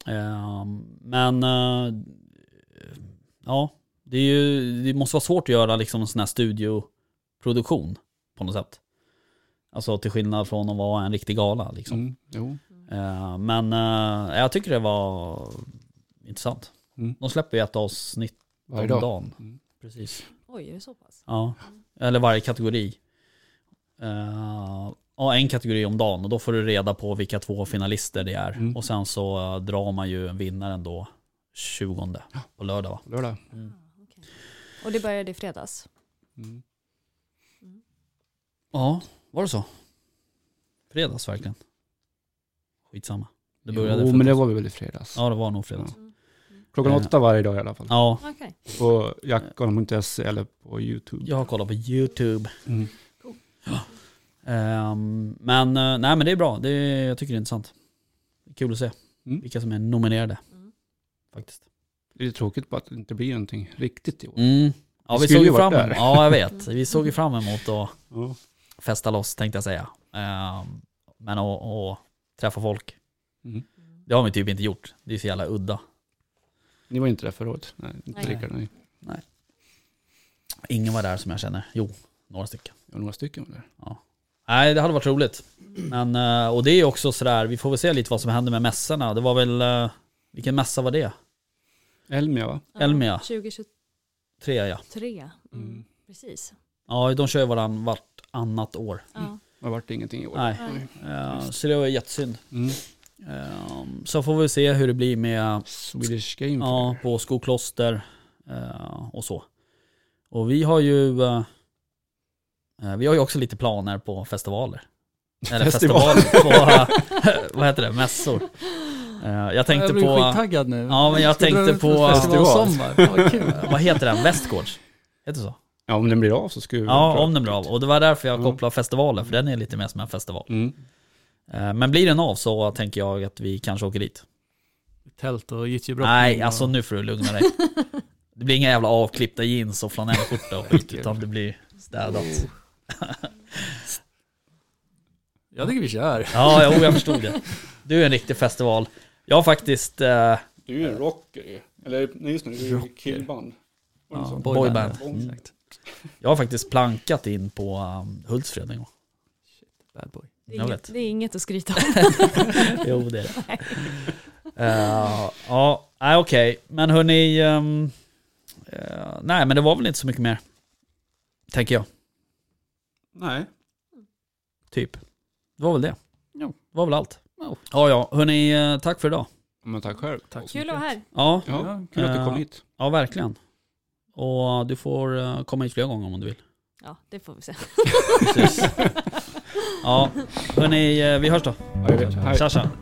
Eh, men eh, ja, det, är ju, det måste vara svårt att göra liksom en sån här studioproduktion på något sätt. Alltså till skillnad från att vara en riktig gala liksom.
Mm, jo.
Eh, Men eh, jag tycker det var intressant.
Mm.
De släpper ju ett avsnitt
Varje
om
dag.
dagen.
Mm.
Precis.
Oj, är det så pass?
Ja. Eller varje kategori. Eh, Ja, en kategori om dagen och då får du reda på vilka två finalister det är.
Mm.
Och sen så eh, drar man ju vinnaren då 20 på lördag va?
Lördag.
Ah, okej. Och det började i fredags?
Mm.
Mm.
Ja, var det så? Fredags verkligen. Skitsamma. Det började
jo,
fredags.
men det var väl i fredags.
Ja, det var nog fredags.
Mm.
Klockan
Eh.
åtta varje dag i alla fall.
Ja,
Okej.
På jackgarn.se eller på YouTube.
jag har kollat på YouTube.
Mm.
Ehm, men eh, nej men det är bra, det är, jag tycker det är intressant. Kul att se
Mm.
vilka som är nominerade
Mm.
faktiskt.
Det är tråkigt bara att det inte blir någonting riktigt i år.
Mm. Ja,
Vi
vi
skulle
såg
ju
ju
varit [LAUGHS]
fram emot,
där.
ja jag vet, vi såg ju fram emot att
Ja.
festa loss tänkte jag säga. Ehm, men att att träffa folk.
Mm.
Det har vi typ inte gjort. Det är så jävla udda.
Ni var inte där förra året? Nej, inte
Nej.
Rickard, nej.
Ingen var där som jag känner. Jo, några stycken.
Det var några stycken var där.
Nej, det hade varit roligt. Men, eh, och det är ju också sådär, vi får väl se lite vad som händer med mässorna. Det var väl, eh, vilken mässa var det?
Elmia va?
Ja,
Elmia.
2023.
Tre ja.
Mm.
Mm.
Precis.
Ja, de kör ju varann vartannat år.
Ja.
Det vart ingenting i år.
Nej.
Nej.
[LAUGHS] Eh, så det var ju jättesynd.
Mm.
Ehm, så får vi se hur det blir med
Swedish Game
ja,
Fair.
på Skokloster eh, och så. Och vi har ju eh, eh, vi har ju också lite planer på festivaler. Eller
Festival.
festivaler,
[LAUGHS]
på, eh, [LAUGHS] vad heter det, mässor. Eh, jag tänkte
jag blir
på,
skittaggad nu.
Ja, men jag
Ska dra
tänkte
ut
på-
en festival
Festival.
sommar. Ja, vad kul.
vad heter den, Västgårds? Heter det så?
Ja, om den blir av så ska vi
Ja,
prata.
om den blir av. Och det var därför jag
Ja.
kopplade festivalen, för den är lite mer som en festival.
Mm.
Eh, Men blir den av så tänker jag att vi kanske åker dit.
Tält och gyttjebrottning.
Nej, alltså
och-
nu får du lugna dig. Det blir inga jävla avklippta jeans och flanellskjorta och skit, utan det blir städat.
Jag tycker vi kör.
Ja, jo, jag förstod det. Du är en riktig festival. Jag har faktiskt eh,
Du är ju en rocker ju. Eller nej, just nu, du är ju
Rocker.
killband. Var det
Ja,
så?
Boyband.
Mm.
Exakt.
Jag har faktiskt plankat in på um, Hultsfred en gång.
Bad boy.
Det, är
Jag
inget,
vet.
det är inget att skryta om.
Jo, det är det. Eh, Ja, nej okej. Men hörni, ehm, eh, nej men det var väl inte så mycket mer. Tänker jag,
Nej.
typ. Det var väl det.
Jo.
Det var väl allt.
Jo.
Ja, ja. Hörni, eh, tack för idag.
Men tack själv.
Tack så
Kul att vara här.
Ja,
Ja,
Ja.
kul att du
Eh,
kom hit.
ja verkligen. Och du får eh, komma hit flera gånger om du vill.
Ja, det får vi se. [LAUGHS]
Precis. Ja, hörni, eh, vi hörs då.
Ja, jag vet. Hej.
Tja tja.